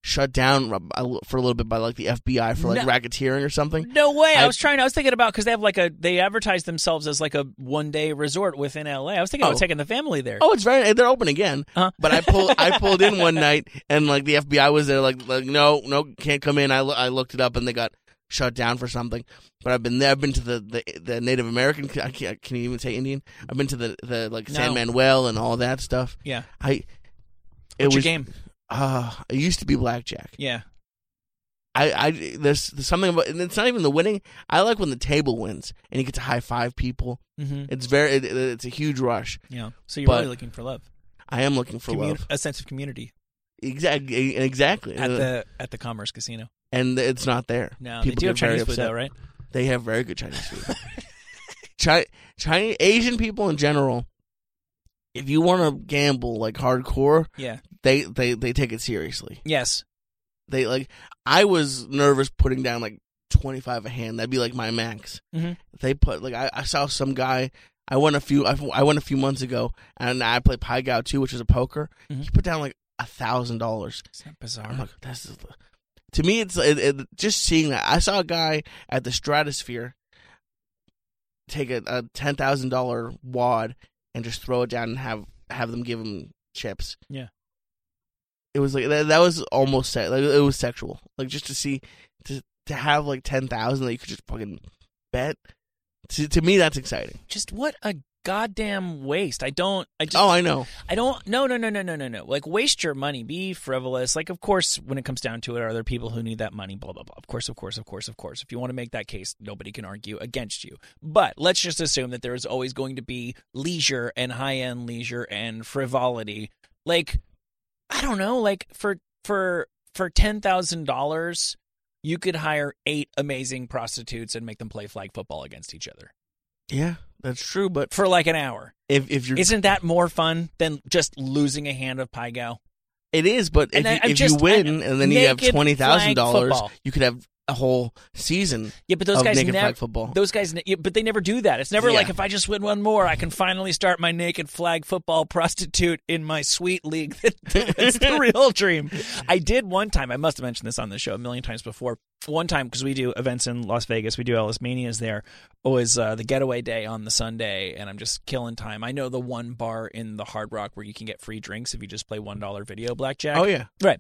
[SPEAKER 1] shut down uh, for a little bit by like the FBI for like
[SPEAKER 3] No.
[SPEAKER 1] racketeering or something.
[SPEAKER 3] No way. I,
[SPEAKER 1] I-
[SPEAKER 3] was trying. I was thinking about because they have like a they advertise themselves as like a one day resort within LA. I was thinking about
[SPEAKER 1] Oh.
[SPEAKER 3] taking the family there.
[SPEAKER 1] Oh, it's very they're open again.
[SPEAKER 3] Uh-huh.
[SPEAKER 1] But I pulled I pulled in one night and like the FBI was there like like no no can't come in. I loo- I looked it up and they got shut down for something. But I've been there. I've been to the the, the Native American. I can't, can you even say Indian? I've been to the the like
[SPEAKER 3] No.
[SPEAKER 1] San Manuel and all that stuff.
[SPEAKER 3] Yeah.
[SPEAKER 1] I. It
[SPEAKER 3] What's
[SPEAKER 1] was
[SPEAKER 3] your game?
[SPEAKER 1] uh it used to be blackjack.
[SPEAKER 3] Yeah.
[SPEAKER 1] I, I there's, there's something about and it's not even the winning. I like when the table wins and you get to high five people.
[SPEAKER 3] Mm-hmm.
[SPEAKER 1] It's very it, it- it's a huge rush.
[SPEAKER 3] Yeah. So you're
[SPEAKER 1] But-
[SPEAKER 3] really looking for love,
[SPEAKER 1] I am looking for
[SPEAKER 3] Commu-
[SPEAKER 1] love.
[SPEAKER 3] a sense of community
[SPEAKER 1] Exactly, exactly. Uh,
[SPEAKER 3] at the at the Commerce Casino.
[SPEAKER 1] and it's not there.
[SPEAKER 3] No, they
[SPEAKER 1] People
[SPEAKER 3] do have
[SPEAKER 1] get very
[SPEAKER 3] Chinese food
[SPEAKER 1] upset.
[SPEAKER 3] though, right?
[SPEAKER 1] They have very good Chinese food. Chi- Chinese Asian people in general. If you want to gamble like hardcore,
[SPEAKER 3] Yeah.
[SPEAKER 1] they, they they take it seriously.
[SPEAKER 3] Yes.
[SPEAKER 1] They like I was nervous putting down like twenty five a hand. That'd be like my max.
[SPEAKER 3] Mhm.
[SPEAKER 1] They put like I, I saw some guy. I went a few. I, I went a few months ago, and I played Pai Gow too, which is a poker.
[SPEAKER 3] Mhm.
[SPEAKER 1] He put down like a thousand dollars.
[SPEAKER 3] Isn't that bizarre?
[SPEAKER 1] I'm like, this is. To me, it's it, it, just seeing that. I saw a guy at the Stratosphere take a, a ten thousand dollar wad and just throw it down and have have them give him chips.
[SPEAKER 3] Yeah.
[SPEAKER 1] It was like that, that was almost se- like it was sexual. Like just to see to to have like ten thousand that you could just fucking bet. To, to me, that's exciting.
[SPEAKER 3] just what a goddamn waste. I don't. I just.
[SPEAKER 1] oh, I know.
[SPEAKER 3] I don't. No, no, no, no, no, no, no. Like, waste your money. Be frivolous. Like, of course, when it comes down to it, are there people who need that money? Blah, blah, blah. Of course, of course, of course, of course. If you want to make that case, nobody can argue against you. But let's just assume that there is always going to be leisure and high end leisure and frivolity. Like, I don't know. Like, for, for, for $10,000, you could hire eight amazing prostitutes and make them play flag football against each other
[SPEAKER 1] Yeah, that's true. But
[SPEAKER 3] for like an hour.
[SPEAKER 1] if if you're,
[SPEAKER 3] Isn't that more fun than just losing a hand of Pai Gow?
[SPEAKER 1] it is. But if,
[SPEAKER 3] And I-
[SPEAKER 1] you,
[SPEAKER 3] I'm
[SPEAKER 1] if
[SPEAKER 3] just-
[SPEAKER 1] you win
[SPEAKER 3] I'm-
[SPEAKER 1] and then you have
[SPEAKER 3] naked
[SPEAKER 1] twenty thousand
[SPEAKER 3] flag
[SPEAKER 1] dollars,
[SPEAKER 3] football.
[SPEAKER 1] you could have a whole season
[SPEAKER 3] Yeah, but those
[SPEAKER 1] of
[SPEAKER 3] guys
[SPEAKER 1] naked
[SPEAKER 3] never.
[SPEAKER 1] flag football.
[SPEAKER 3] Those guys, ne- yeah, but they never do that. It's never
[SPEAKER 1] Yeah.
[SPEAKER 3] like if I just win one more, I can finally start my naked flag football prostitute in my sweet league. That's the real dream. I did one time. I must have mentioned this on the show a million times before. One time because we do events in Las Vegas, we do Ellis Manias there. Always uh, the getaway day on the Sunday, and I'm just killing time. I know the one bar in the Hard Rock where you can get free drinks if you just play one dollar video blackjack.
[SPEAKER 1] oh yeah,
[SPEAKER 3] Right.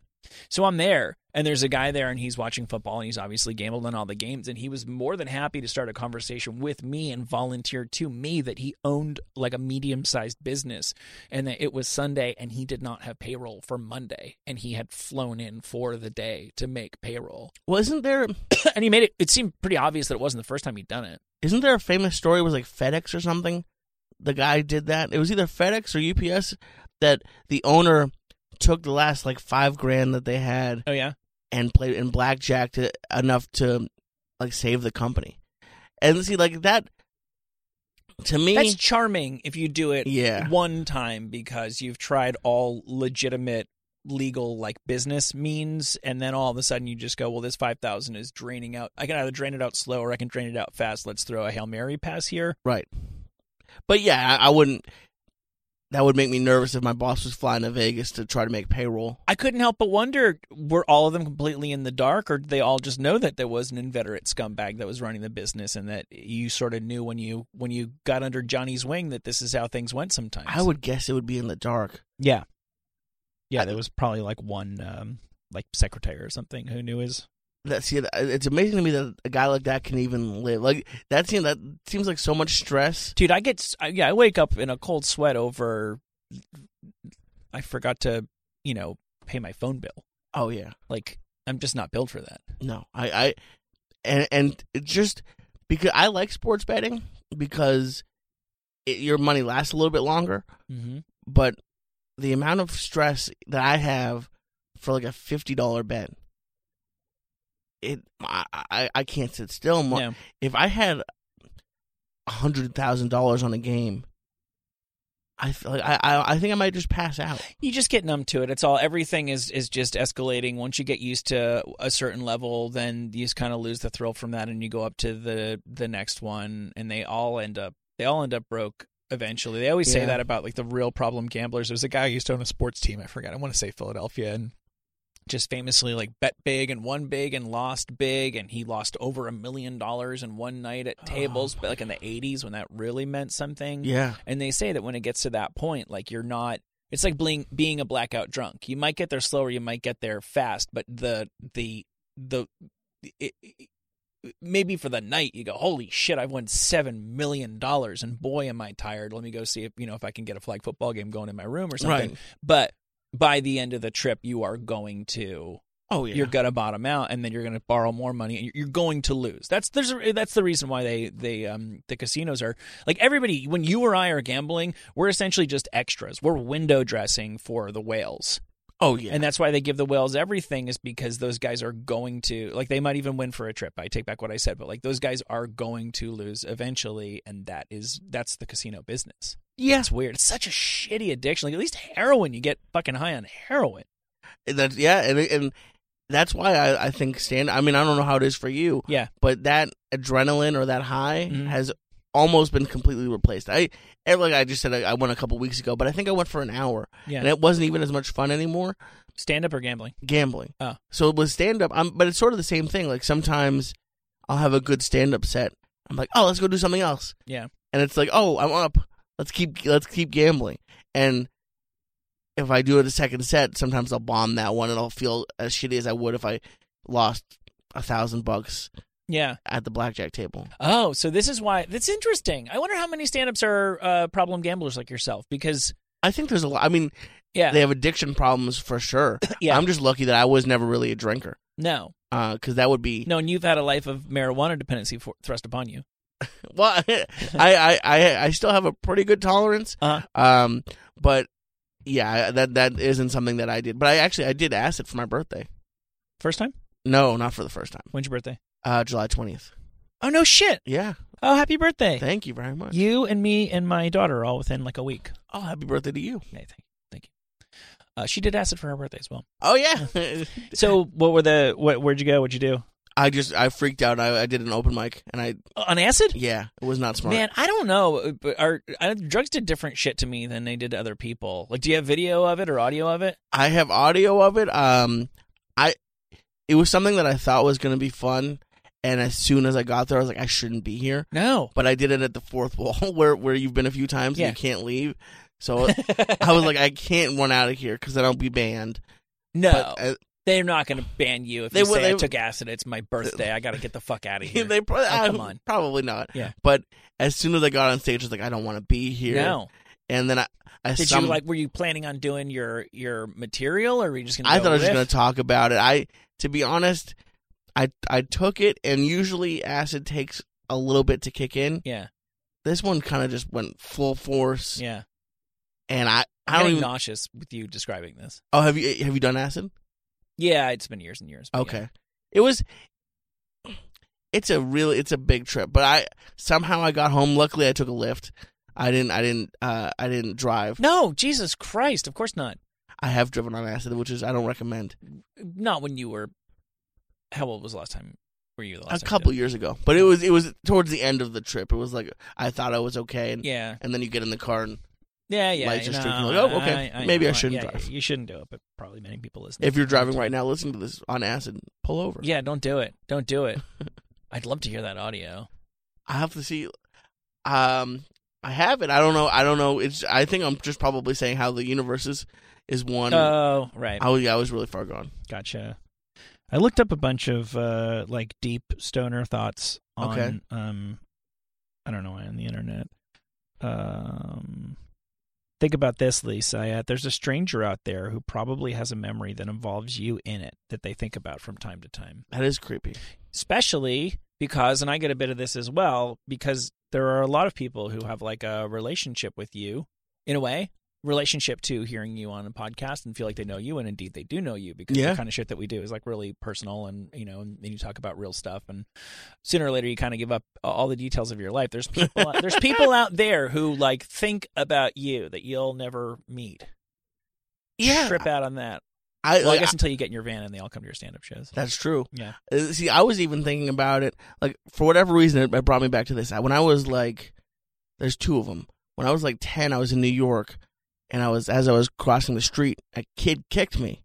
[SPEAKER 3] So I'm there, and there's a guy there, and he's watching football, and he's obviously gambled on all the games, and he was more than happy to start a conversation with me and volunteered to me that he owned like a medium sized business, and that it was Sunday, and he did not have payroll for Monday, and he had flown in for the day to make payroll,
[SPEAKER 1] wasn't there?
[SPEAKER 3] and he made it. It seemed pretty obvious that it wasn't the first time he'd done it.
[SPEAKER 1] Isn't there a famous story? It was like FedEx or something. The guy did that. It was either FedEx or UPS that the owner took the last like five grand that they had
[SPEAKER 3] Oh yeah,
[SPEAKER 1] and played in blackjack to, enough to like save the company. And see, like that to me,
[SPEAKER 3] that's charming if you do it
[SPEAKER 1] yeah,
[SPEAKER 3] one time because you've tried all legitimate legal like business means and then all of a sudden you just go well this 5000 is draining out i can either drain it out slow or i can drain it out fast let's throw a hail mary pass here
[SPEAKER 1] but yeah, I, I wouldn't. that would make me nervous if my boss was flying to Vegas to try to make payroll.
[SPEAKER 3] I couldn't help but wonder were all of them completely in the dark, or did they all just know that there was an inveterate scumbag that was running the business, and that you sort of knew when you when you got under Johnny's wing that this is how things went sometimes.
[SPEAKER 1] I would guess it would be in the dark.
[SPEAKER 3] yeah, yeah. There was probably like one um, like secretary or something who knew his.
[SPEAKER 1] That see, it's amazing to me that a guy like that can even live. Like that seems that seems like so much stress.
[SPEAKER 3] Dude, I get s- I- yeah, I wake up in a cold sweat over. I forgot to you know pay my phone bill.
[SPEAKER 1] Oh yeah,
[SPEAKER 3] Like I'm just not built for that.
[SPEAKER 1] no, I, I, and and it just because I like sports betting because it, your money lasts a little bit longer,
[SPEAKER 3] Mm-hmm.
[SPEAKER 1] but the amount of stress that I have for like a fifty dollar bet, it I, I I can't sit still. I'm like,
[SPEAKER 3] Yeah.
[SPEAKER 1] If I had a hundred thousand dollars on a game, I feel like I, I I think I might just pass out.
[SPEAKER 3] you just get numb to it it's all everything is is just escalating once you get used to a certain level then you just kind of lose the thrill from that and you go up to the the next one and they all end up they all end up broke eventually they always say
[SPEAKER 1] Yeah.
[SPEAKER 3] that about like the real problem gamblers there's a guy who used to own a sports team i forgot i want to say philadelphia and just famously like bet big and won big and lost big and he lost over a million dollars in one night at tables but like in the 80s when that really meant something
[SPEAKER 1] Yeah,
[SPEAKER 3] and they say that when it gets to that point, like you're not. It's like being being a blackout drunk. You might get there slower, you might get there fast, but the the the it, it- maybe for the night you go, holy shit, I've won seven million dollars, and boy am I tired. Let me go see if you know if I can get a flag football game going in my room or something.
[SPEAKER 1] right.
[SPEAKER 3] But by the end of the trip, you are going to
[SPEAKER 1] Oh yeah,
[SPEAKER 3] you're gonna bottom out, and then you're gonna borrow more money, and you're- you're going to lose. That's there's a, that's the reason why they they um the casinos are like everybody. When you or I are gambling, we're essentially just extras. We're window dressing for the whales,
[SPEAKER 1] oh yeah.
[SPEAKER 3] and that's why they give the whales everything is because those guys are going to like they might even win for a trip. I take back what I said, but like those guys are going to lose eventually, and that is that's the casino business.
[SPEAKER 1] yeah,
[SPEAKER 3] That's weird. It's such a shitty addiction. Like at least heroin, you get fucking high on heroin.
[SPEAKER 1] that yeah, and and that's why I I think stand. I mean, I don't know how it is for you.
[SPEAKER 3] Yeah.
[SPEAKER 1] but that adrenaline or that high
[SPEAKER 3] Mhm.
[SPEAKER 1] has almost been completely replaced. I and like I just said, I, I went a couple weeks ago, but I think I went for an hour, and
[SPEAKER 3] Yeah,
[SPEAKER 1] it wasn't even as much fun anymore.
[SPEAKER 3] stand up or gambling.
[SPEAKER 1] Gambling.
[SPEAKER 3] Oh.
[SPEAKER 1] So with stand up, I'm but it's sort of the same thing. Like sometimes I'll have a good stand up set. I'm like, oh, let's go do something else.
[SPEAKER 3] Yeah.
[SPEAKER 1] and it's like, oh, I'm up. Let's keep let's keep gambling. And if I do it a second set, sometimes I'll bomb that one, and I'll feel as shitty as I would if I lost a thousand bucks
[SPEAKER 3] Yeah.
[SPEAKER 1] at the blackjack table.
[SPEAKER 3] Oh, so this is why that's interesting. I wonder how many stand-ups are uh, problem gamblers like yourself because
[SPEAKER 1] I think there's a lot. I mean,
[SPEAKER 3] yeah,
[SPEAKER 1] they have addiction problems for sure.
[SPEAKER 3] yeah,
[SPEAKER 1] I'm just lucky that I was never really a drinker,
[SPEAKER 3] no,
[SPEAKER 1] because that would be
[SPEAKER 3] no, and you've had a life of marijuana dependency for, thrust upon you.
[SPEAKER 1] well. I, I I I still have a pretty good tolerance.
[SPEAKER 3] Uh-huh.
[SPEAKER 1] Um, but yeah, I- that that isn't something that I did. But I actually I did acid for my birthday.
[SPEAKER 3] First time?
[SPEAKER 1] No, not for the first time.
[SPEAKER 3] When's your birthday?
[SPEAKER 1] Uh, July twentieth.
[SPEAKER 3] Oh no, shit!
[SPEAKER 1] Yeah.
[SPEAKER 3] Oh, happy birthday!
[SPEAKER 1] Thank you very much.
[SPEAKER 3] you and me and my daughter are all within like a week.
[SPEAKER 1] Oh, happy birthday to you.
[SPEAKER 3] Okay, thank you, thank you. Uh, she did acid for her birthday as well.
[SPEAKER 1] Oh yeah.
[SPEAKER 3] So, what were the what? Where'd you go? What'd you do
[SPEAKER 1] I just I freaked out. I, I did an open mic and I
[SPEAKER 3] on acid?
[SPEAKER 1] yeah, it was not smart.
[SPEAKER 3] Man, I don't know. uh, But our, I, drugs did different shit to me than they did to other people. Like, do you have video of it or audio of it?
[SPEAKER 1] I have audio of it. Um, I it was something that I thought was gonna be fun, and as soon as I got there, I was like, I shouldn't be here.
[SPEAKER 3] No.
[SPEAKER 1] But I did it at the fourth wall, where where you've been a few times
[SPEAKER 3] Yeah.
[SPEAKER 1] and you can't leave. So I was like, I can't run out of here because then I'll be banned.
[SPEAKER 3] No,
[SPEAKER 1] But, uh,
[SPEAKER 3] they're not going to ban you if
[SPEAKER 1] They
[SPEAKER 3] you
[SPEAKER 1] would-
[SPEAKER 3] say I
[SPEAKER 1] they-
[SPEAKER 3] took acid. It's my birthday. I got to get the fuck out of here.
[SPEAKER 1] they probably,
[SPEAKER 3] Oh, come
[SPEAKER 1] I-
[SPEAKER 3] on.
[SPEAKER 1] probably not.
[SPEAKER 3] Yeah.
[SPEAKER 1] But as soon as I got on stage, I was like, I don't want to be here.
[SPEAKER 3] no,
[SPEAKER 1] And then I, I
[SPEAKER 3] did
[SPEAKER 1] some-
[SPEAKER 3] you like? Were you planning on doing your your material, or were you just going?
[SPEAKER 1] I thought I was just
[SPEAKER 3] going
[SPEAKER 1] going to talk about it. I, to be honest, I I took it, and usually acid takes a little bit to kick in.
[SPEAKER 3] Yeah,
[SPEAKER 1] This one kind of just went full force,
[SPEAKER 3] yeah.
[SPEAKER 1] and I
[SPEAKER 3] I'm
[SPEAKER 1] I don't
[SPEAKER 3] getting
[SPEAKER 1] even.
[SPEAKER 3] nauseous with you describing this.
[SPEAKER 1] oh, have you have you done acid?
[SPEAKER 3] Yeah, it's been years and years. but
[SPEAKER 1] Okay, it was. It's a really it's a big trip, but I somehow I got home. Luckily, I took a lift. I didn't I didn't uh I didn't drive.
[SPEAKER 3] yeah. No, Jesus Christ! Of course not.
[SPEAKER 1] I have driven on acid, which is I don't recommend.
[SPEAKER 3] Not when you were. How old was the last time? Were you the
[SPEAKER 1] A
[SPEAKER 3] last? time you
[SPEAKER 1] couple
[SPEAKER 3] did
[SPEAKER 1] years ago, but it was it was towards the end of the trip. It was like I thought I was okay,
[SPEAKER 3] it?
[SPEAKER 1] and
[SPEAKER 3] Yeah,
[SPEAKER 1] and then you get in the car and
[SPEAKER 3] Yeah, yeah.
[SPEAKER 1] Lights are
[SPEAKER 3] no,
[SPEAKER 1] streaking, like, oh, okay, maybe I shouldn't
[SPEAKER 3] yeah,
[SPEAKER 1] drive.
[SPEAKER 3] You shouldn't do it, but probably many people listen.
[SPEAKER 1] If you're driving right now, listen to this on acid. Pull over.
[SPEAKER 3] Yeah, don't do it. Don't do it. I'd love to hear that audio.
[SPEAKER 1] I have to see. Um, I have it. I don't know. I don't know. It's. I think I'm just probably saying how the universe is is one.
[SPEAKER 3] Oh, right.
[SPEAKER 1] I, was- yeah, I was really far gone.
[SPEAKER 3] Gotcha. I looked up a bunch of uh like deep stoner thoughts on
[SPEAKER 1] Okay.
[SPEAKER 3] um I don't know why on the internet. Um think about this, Lisa. I, uh, there's a stranger out there who probably has a memory that involves you in it that they think about from time to time.
[SPEAKER 1] That is creepy.
[SPEAKER 3] Especially because and I get a bit of this as well because there are a lot of people who have like a relationship with you in a way relationship to hearing you on a podcast and feel like they know you and indeed they do know you because
[SPEAKER 1] Yeah.
[SPEAKER 3] the kind of shit that we do is like really personal and you know and, you talk about real stuff and sooner or later you kind of give up all the details of your life there's people there's people out there who like think about you that you'll never meet
[SPEAKER 1] Yeah.
[SPEAKER 3] trip out on that
[SPEAKER 1] I,
[SPEAKER 3] well,
[SPEAKER 1] like,
[SPEAKER 3] i guess until you get in your van and they all come to your stand-up shows
[SPEAKER 1] that's true.
[SPEAKER 3] yeah
[SPEAKER 1] Uh, See, I was even thinking about it. Like for whatever reason, it, it brought me back to this. I- When I was like, there's two of them. When I was like ten, I was in New York, and I was as I was crossing the street, a kid kicked me,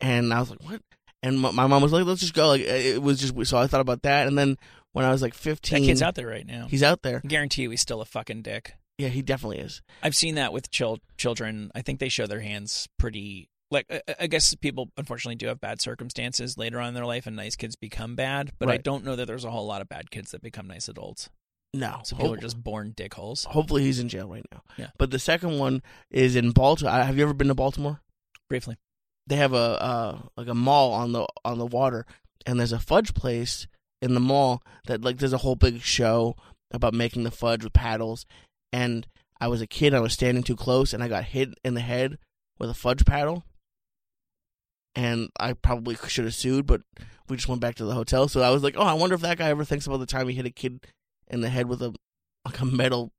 [SPEAKER 1] and I was like, what? And my, my mom was like, let's just go. Like it it was just so I thought about that, and then when I was like
[SPEAKER 3] that
[SPEAKER 1] fifteen,
[SPEAKER 3] kid's out there right now
[SPEAKER 1] he's out there.
[SPEAKER 3] I guarantee you he's still a fucking dick
[SPEAKER 1] Yeah, he definitely is.
[SPEAKER 3] I've seen that with chil- children. I think they show their hands pretty. Like I- I guess people unfortunately do have bad circumstances later on in their life, and nice kids become bad. But I
[SPEAKER 1] Right.
[SPEAKER 3] don't know that there's a whole lot of bad kids that become nice adults.
[SPEAKER 1] No,
[SPEAKER 3] So people
[SPEAKER 1] Ho-
[SPEAKER 3] are just born dickholes.
[SPEAKER 1] hopefully he's in jail right now.
[SPEAKER 3] Yeah.
[SPEAKER 1] But the second one is in Baltimore. Have you ever been to Baltimore?
[SPEAKER 3] Briefly,
[SPEAKER 1] they have a uh, like a mall on the on the water, and there's a fudge place in the mall that like there's a whole big show about making the fudge with paddles. And I was a kid, I was standing too close, and I got hit in the head with a fudge paddle. And I probably should have sued, but we just went back to the hotel. So I was like, oh, I wonder if that guy ever thinks about the time he hit a kid in the head with a like a metal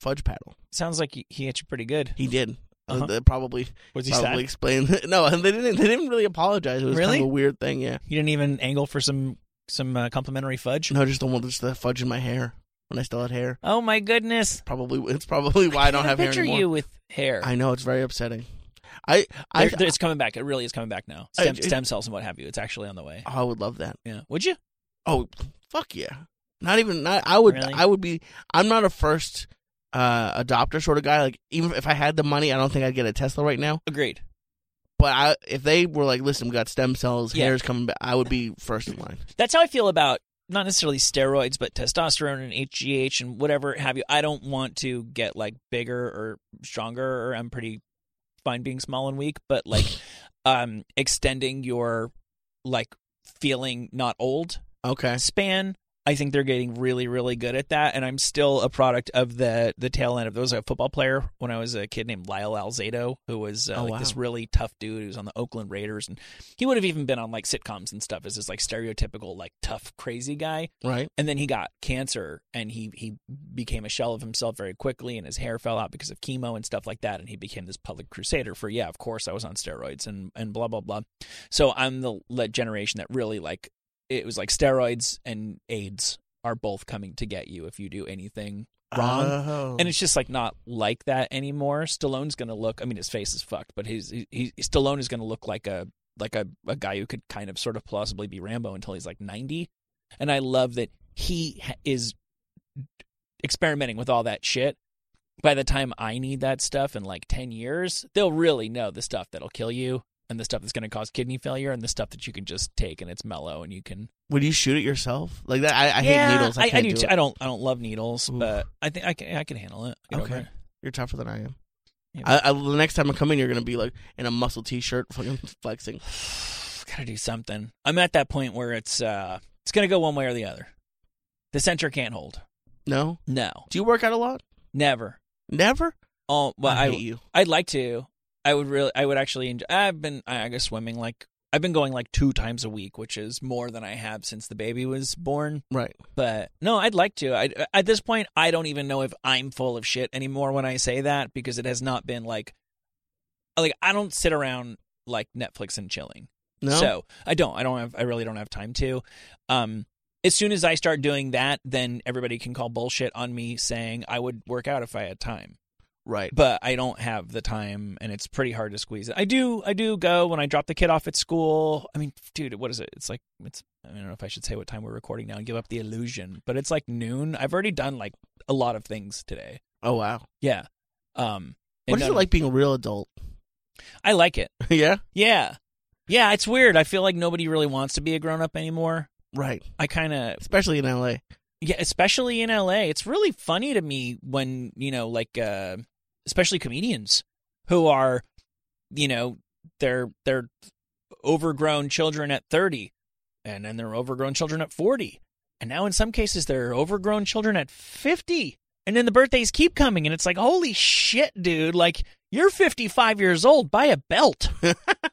[SPEAKER 1] fudge paddle.
[SPEAKER 3] sounds like he- he hit you pretty good.
[SPEAKER 1] He did. Uh,
[SPEAKER 3] Uh-huh.
[SPEAKER 1] that probably
[SPEAKER 3] Was
[SPEAKER 1] probably explain no and they didn't they didn't really apologize it was
[SPEAKER 3] Really?
[SPEAKER 1] kind of a weird thing yeah
[SPEAKER 3] You didn't even angle for some some uh, complimentary fudge.
[SPEAKER 1] no just the one just the fudge in my hair when i still had hair
[SPEAKER 3] Oh my goodness!
[SPEAKER 1] probably it's probably why i, don't
[SPEAKER 3] can't
[SPEAKER 1] have hair
[SPEAKER 3] picture
[SPEAKER 1] anymore
[SPEAKER 3] you with hair.
[SPEAKER 1] i know it's very upsetting i i
[SPEAKER 3] There- there- it's coming back. It really is coming back now.
[SPEAKER 1] I-
[SPEAKER 3] Stem,
[SPEAKER 1] it-
[SPEAKER 3] stem cells and what have you. It's actually on the way.
[SPEAKER 1] oh, i would love that
[SPEAKER 3] Yeah. Would you?
[SPEAKER 1] oh fuck yeah not even not i would
[SPEAKER 3] Really?
[SPEAKER 1] i would be i'm not a first uh adopter sort of guy like even if i had the money i don't think i'd get a tesla right now
[SPEAKER 3] Agreed.
[SPEAKER 1] but i if they were like listen we got stem cells
[SPEAKER 3] Yeah.
[SPEAKER 1] hair's coming back i would be first in line
[SPEAKER 3] That's how I feel about not necessarily steroids, but testosterone and HGH and whatever have you. I don't want to get like bigger or stronger, or I'm pretty fine being small and weak, but like um extending your like feeling not old
[SPEAKER 1] okay
[SPEAKER 3] span. I think they're getting really, really good at that, and I'm still a product of the the tail end of. There was a football player when I was a kid named Lyle Alzado, who was uh,
[SPEAKER 1] Oh,
[SPEAKER 3] like
[SPEAKER 1] wow.
[SPEAKER 3] this really tough dude who was on the Oakland Raiders, and he would have even been on like sitcoms and stuff as this like stereotypical like tough crazy guy.
[SPEAKER 1] right
[SPEAKER 3] And then he got cancer, and he he became a shell of himself very quickly, and his hair fell out because of chemo and stuff like that, and he became this public crusader for yeah, of course I was on steroids and and blah blah blah. So I'm the le- generation that really like it was like steroids and AIDS are both coming to get you if you do anything wrong.
[SPEAKER 1] Oh.
[SPEAKER 3] and it's just like not like that anymore. Stallone's gonna look. I mean, his face is fucked, but his he, he Stallone is gonna look like a like a, a guy who could kind of sort of plausibly be Rambo until he's like ninety. And I love that he ha- is experimenting with all that shit. By the time I need that stuff in like ten years, they'll really know the stuff that'll kill you and the stuff that's gonna cause kidney failure and the stuff that you can just take and it's mellow and you can
[SPEAKER 1] Would you shoot it yourself? Like that? I, I
[SPEAKER 3] Yeah,
[SPEAKER 1] hate needles. I, can't
[SPEAKER 3] do.
[SPEAKER 1] do
[SPEAKER 3] too.
[SPEAKER 1] it.
[SPEAKER 3] I don't. I don't love needles,
[SPEAKER 1] Oof.
[SPEAKER 3] but I think I can. I can handle it. Get over
[SPEAKER 1] Okay.
[SPEAKER 3] it.
[SPEAKER 1] You're tougher than I am.
[SPEAKER 3] Yeah.
[SPEAKER 1] I, I, the next time I come in, you're gonna be like in a muscle t-shirt, fucking flexing.
[SPEAKER 3] gotta do something. I'm at that point where it's uh it's gonna go one way or the other. The center can't hold.
[SPEAKER 1] No.
[SPEAKER 3] No,
[SPEAKER 1] Do you work out a lot?
[SPEAKER 3] never.
[SPEAKER 1] Never.
[SPEAKER 3] Oh, well,
[SPEAKER 1] I
[SPEAKER 3] I,
[SPEAKER 1] hate you.
[SPEAKER 3] I'd like to. I would really. I would actually enjoy. I've been. I I go swimming like I've been going like two times a week, which is more than I have since the baby was born.
[SPEAKER 1] Right.
[SPEAKER 3] But no, I'd like to. I at this point, I don't even know if I'm full of shit anymore when I say that because it has not been like, like I don't sit around like Netflix and chilling.
[SPEAKER 1] No.
[SPEAKER 3] So I don't. I don't have. I really don't have time to. Um, as soon as I start doing that, then everybody can call bullshit on me saying I would work out if I had time.
[SPEAKER 1] Right.
[SPEAKER 3] but I don't have the time and it's pretty hard to squeeze it. I do I do go when I drop the kid off at school. I mean, dude, what is it? It's like it's I don't know if I should say what time we're recording now and give up the illusion, but it's like noon. I've already done like a lot of things today.
[SPEAKER 1] Oh wow.
[SPEAKER 3] Yeah. Um and
[SPEAKER 1] What is
[SPEAKER 3] none
[SPEAKER 1] it
[SPEAKER 3] of-
[SPEAKER 1] like being a real adult?
[SPEAKER 3] I like it.
[SPEAKER 1] yeah.
[SPEAKER 3] Yeah. Yeah, it's weird. I feel like nobody really wants to be a grown up anymore.
[SPEAKER 1] Right.
[SPEAKER 3] I kind of
[SPEAKER 1] Especially in LA.
[SPEAKER 3] yeah, especially in LA. It's really funny to me when, you know, like uh especially comedians who are, you know, they're they're overgrown children at 30 and then they're overgrown children at 40. And now in some cases they're overgrown children at 50. And then the birthdays keep coming and it's like, "Holy shit, dude, like you're 55 years old, buy a belt."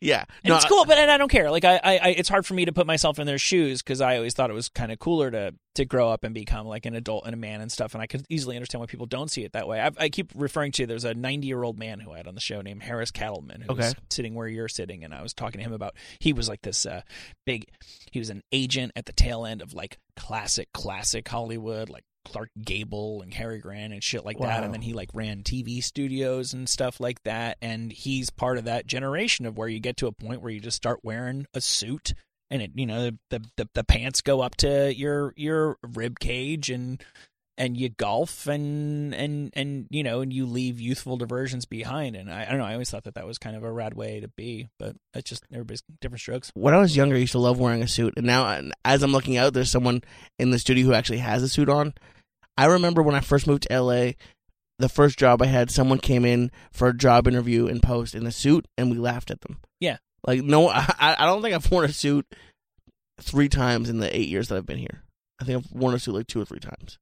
[SPEAKER 1] yeah.
[SPEAKER 3] And it's cool, but and I don't care. Like I, I, I, it's hard for me to put myself in their shoes because I always thought it was kind of cooler to to grow up and become like an adult and a man and stuff. And I could easily understand why people don't see it that way. I, I keep referring to there's a 90 year old man who I had on the show named Harris Cattleman who was
[SPEAKER 1] Okay.
[SPEAKER 3] sitting where you're sitting, and I was talking to him about he was like this uh, big, he was an agent at the tail end of like classic, classic Hollywood, like. Clark Gable and Harry Grant and shit like that,
[SPEAKER 1] Wow.
[SPEAKER 3] and then he like ran TV studios and stuff like that. And he's part of that generation of where you get to a point where you just start wearing a suit, and it you know the the, the, the pants go up to your your rib cage and and you golf and and and you know and you leave youthful diversions behind. And I, I don't know, I always thought that that was kind of a rad way to be, but it's just everybody's different strokes.
[SPEAKER 1] when I was younger, I used to love wearing a suit, and now and as I'm looking out, there's someone in the studio who actually has a suit on. I remember when I first moved to LA, the first job I had, someone came in for a job interview in post in a suit, and we laughed at them.
[SPEAKER 3] Yeah.
[SPEAKER 1] like no, I, I don't think I've worn a suit three times in the eight years that I've been here. I think I've worn a suit like two or three times.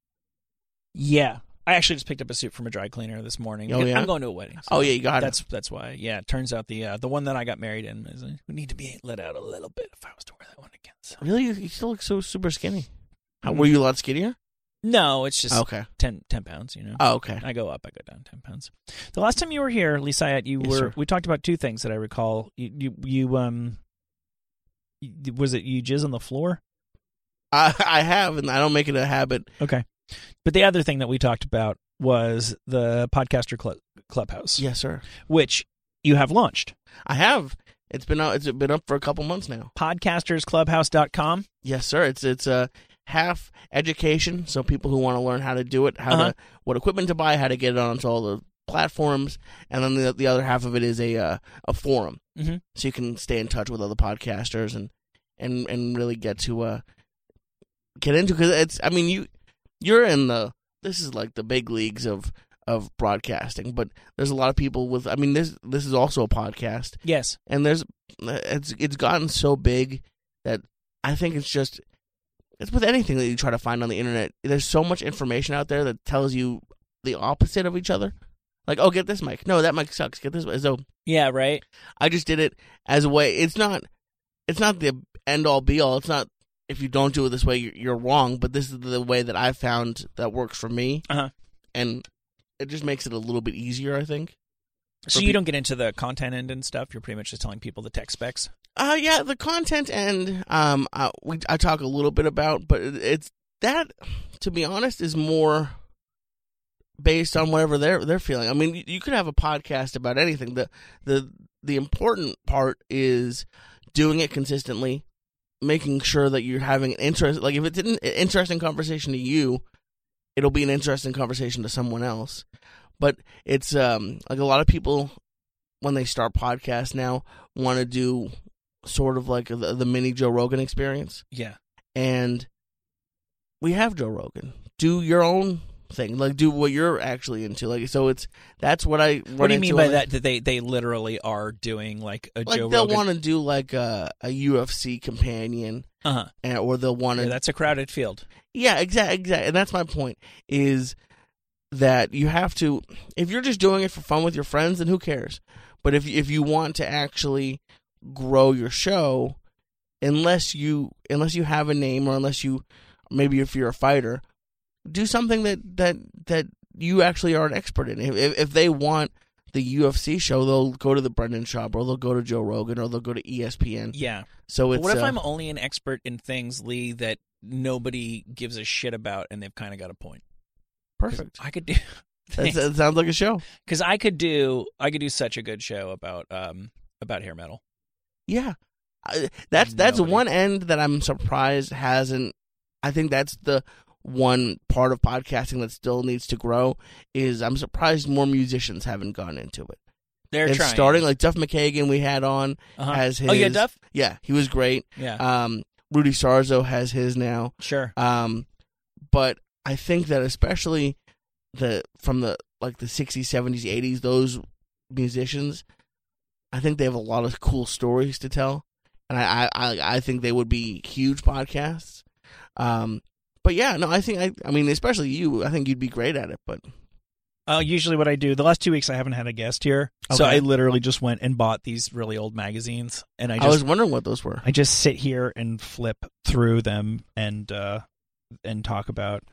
[SPEAKER 3] Yeah. I actually just picked up a suit from a dry cleaner this morning.
[SPEAKER 1] Oh,
[SPEAKER 3] because
[SPEAKER 1] yeah?
[SPEAKER 3] I'm going to a wedding. so-
[SPEAKER 1] Oh yeah, you got it.
[SPEAKER 3] That's that's why. Yeah, it turns out the uh, the one that I got married in is uh, would need to be let out a little bit if I was to wear that one again. So.
[SPEAKER 1] Really, you, you still look so super skinny.
[SPEAKER 3] Mm.
[SPEAKER 1] How, were you a lot skinnier?
[SPEAKER 3] No, it's just
[SPEAKER 1] Okay.
[SPEAKER 3] 10, 10 pounds. You know,
[SPEAKER 1] Oh, okay.
[SPEAKER 3] I go up, I go down ten pounds. The last time you were here, Lisa, you
[SPEAKER 1] Yes,
[SPEAKER 3] were
[SPEAKER 1] sir.
[SPEAKER 3] we talked about two things that I recall. You you, you um, you- was it you jizz on the floor?
[SPEAKER 1] I, I have, and I don't make it a habit.
[SPEAKER 3] Okay, but the other thing that we talked about was the podcaster club, clubhouse,
[SPEAKER 1] Yes, sir.
[SPEAKER 3] which you have launched
[SPEAKER 1] I have. It's been out. It's been up for a couple months now.
[SPEAKER 3] podcastersclubhouse.com.
[SPEAKER 1] Yes, sir. It's it's uh, half education, so people who want to learn how to do it, how
[SPEAKER 3] Uh-huh.
[SPEAKER 1] to what equipment to buy, how to get it onto all the platforms, and then the, the other half of it is a uh, a forum,
[SPEAKER 3] Mhm.
[SPEAKER 1] so you can stay in touch with other podcasters and and and really get to uh get into because it's. I mean, you you're in the this is like the big leagues of of broadcasting, but there's a lot of people with. I mean, this this is also a podcast
[SPEAKER 3] Yes,
[SPEAKER 1] and there's it's it's gotten so big that I think it's just it's with anything that you try to find on the internet. There's so much information out there that tells you the opposite of each other. Like, oh, get this mic. No, that mic sucks. Get this. mic. So
[SPEAKER 3] yeah, right.
[SPEAKER 1] I just did it as a way. It's not it's not the end all be all. It's not if you don't do it this way, you're, you're wrong. But this is the way that I found that works for me,
[SPEAKER 3] Uh-huh.
[SPEAKER 1] and it just makes it a little bit easier. I think.
[SPEAKER 3] So
[SPEAKER 1] for
[SPEAKER 3] you
[SPEAKER 1] peop-
[SPEAKER 3] don't get into the content end and stuff. You're pretty much just telling people the tech specs.
[SPEAKER 1] Uh, yeah, the content and um, uh, we I talk a little bit about, but it, it's that to be honest is more based on whatever they're they're feeling. I mean, you, you could have a podcast about anything. the the The important part is doing it consistently, making sure that you're having an interest. Like if it's an interesting conversation to you, it'll be an interesting conversation to someone else. But it's um like a lot of people when they start podcasts now want to do sort of like the, the mini Joe Rogan experience.
[SPEAKER 3] Yeah.
[SPEAKER 1] And we have Joe Rogan. Do your own thing, like do what you're actually into. Like so, it's that's what I.
[SPEAKER 3] What
[SPEAKER 1] run
[SPEAKER 3] do you mean
[SPEAKER 1] into
[SPEAKER 3] by
[SPEAKER 1] on-
[SPEAKER 3] that? That they they literally are doing like a
[SPEAKER 1] Like
[SPEAKER 3] Joe
[SPEAKER 1] they'll
[SPEAKER 3] Rogan.
[SPEAKER 1] want to do like a, a UFC companion,
[SPEAKER 3] uh-huh.
[SPEAKER 1] and, or they'll want
[SPEAKER 3] Yeah,
[SPEAKER 1] to
[SPEAKER 3] that's a crowded field.
[SPEAKER 1] Yeah, exactly, exactly. And that's my point is that you have to if you're just doing it for fun with your friends then who cares? But if if you want to actually grow your show unless you unless you have a name or unless you maybe if you're a fighter do something that that that you actually are an expert in. If if, if they want the UFC show, they'll go to the Brendan Schaub or they'll go to Joe Rogan or they'll go to E ESPN.
[SPEAKER 3] Yeah.
[SPEAKER 1] So
[SPEAKER 3] But
[SPEAKER 1] it's
[SPEAKER 3] what if
[SPEAKER 1] uh,
[SPEAKER 3] I'm only an expert in things, Lee, that nobody gives a shit about, and they've kind of got a point? 'Cause
[SPEAKER 1] perfect.
[SPEAKER 3] I could do.
[SPEAKER 1] That's, that sounds like a show.
[SPEAKER 3] Because I could do I could do such a good show about um about hair metal.
[SPEAKER 1] Yeah, I, that's that's
[SPEAKER 3] Nobody-
[SPEAKER 1] one end that I'm surprised hasn't. I think that's the one part of podcasting that still needs to grow. Is I'm surprised more musicians haven't gone into it.
[SPEAKER 3] They're
[SPEAKER 1] It's
[SPEAKER 3] trying
[SPEAKER 1] starting like Duff McKagan we had on
[SPEAKER 3] Uh-huh.
[SPEAKER 1] has his. uh,
[SPEAKER 3] Oh yeah, Duff.
[SPEAKER 1] Yeah, he was great.
[SPEAKER 3] Yeah,
[SPEAKER 1] Um, Rudy Sarzo has his now.
[SPEAKER 3] sure.
[SPEAKER 1] Um, but I think that especially the from the like the sixties, seventies, eighties, those musicians, I think they have a lot of cool stories to tell, and I I I, I think they would be huge podcasts. Um, but yeah, no, I think I I mean especially you, I think you'd be great at it. But
[SPEAKER 3] Uh, usually, what I do the last two weeks, I haven't had a guest here, so
[SPEAKER 1] Okay.
[SPEAKER 3] I literally just went and bought these really old magazines, and I
[SPEAKER 1] I,
[SPEAKER 3] just
[SPEAKER 1] was wondering what those were.
[SPEAKER 3] I just sit here and flip through them and uh and talk about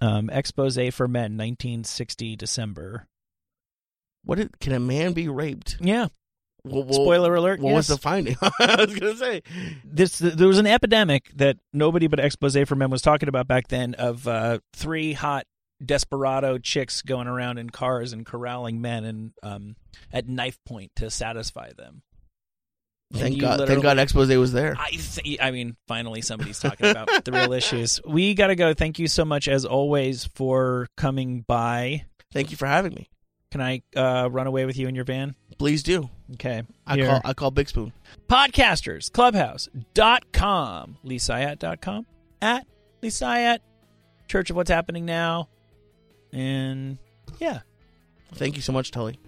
[SPEAKER 3] um expose for men 1960 december
[SPEAKER 1] What did, can a man be raped?
[SPEAKER 3] yeah
[SPEAKER 1] Well, well,
[SPEAKER 3] spoiler alert
[SPEAKER 1] What was
[SPEAKER 3] yes.
[SPEAKER 1] the finding? I was gonna say.
[SPEAKER 3] this there was an epidemic that nobody but expose for men was talking about back then of uh three hot desperado chicks going around in cars and corralling men and um at knife point to satisfy them And
[SPEAKER 1] Thank
[SPEAKER 3] you
[SPEAKER 1] God!
[SPEAKER 3] literally-
[SPEAKER 1] Thank God, expose was there.
[SPEAKER 3] I th- I mean, finally somebody's talking about the real issues. We got to go. Thank you so much, as always, for coming by.
[SPEAKER 1] Thank you for having me.
[SPEAKER 3] Can I uh, run away with you in your van?
[SPEAKER 1] Please do.
[SPEAKER 3] Okay.
[SPEAKER 1] I
[SPEAKER 3] Here.
[SPEAKER 1] call I call Big Spoon.
[SPEAKER 3] Podcastersclubhouse.com, leesayat.com, at leesayat, Church of What's Happening Now, and yeah.
[SPEAKER 1] Thank you so much, Tully.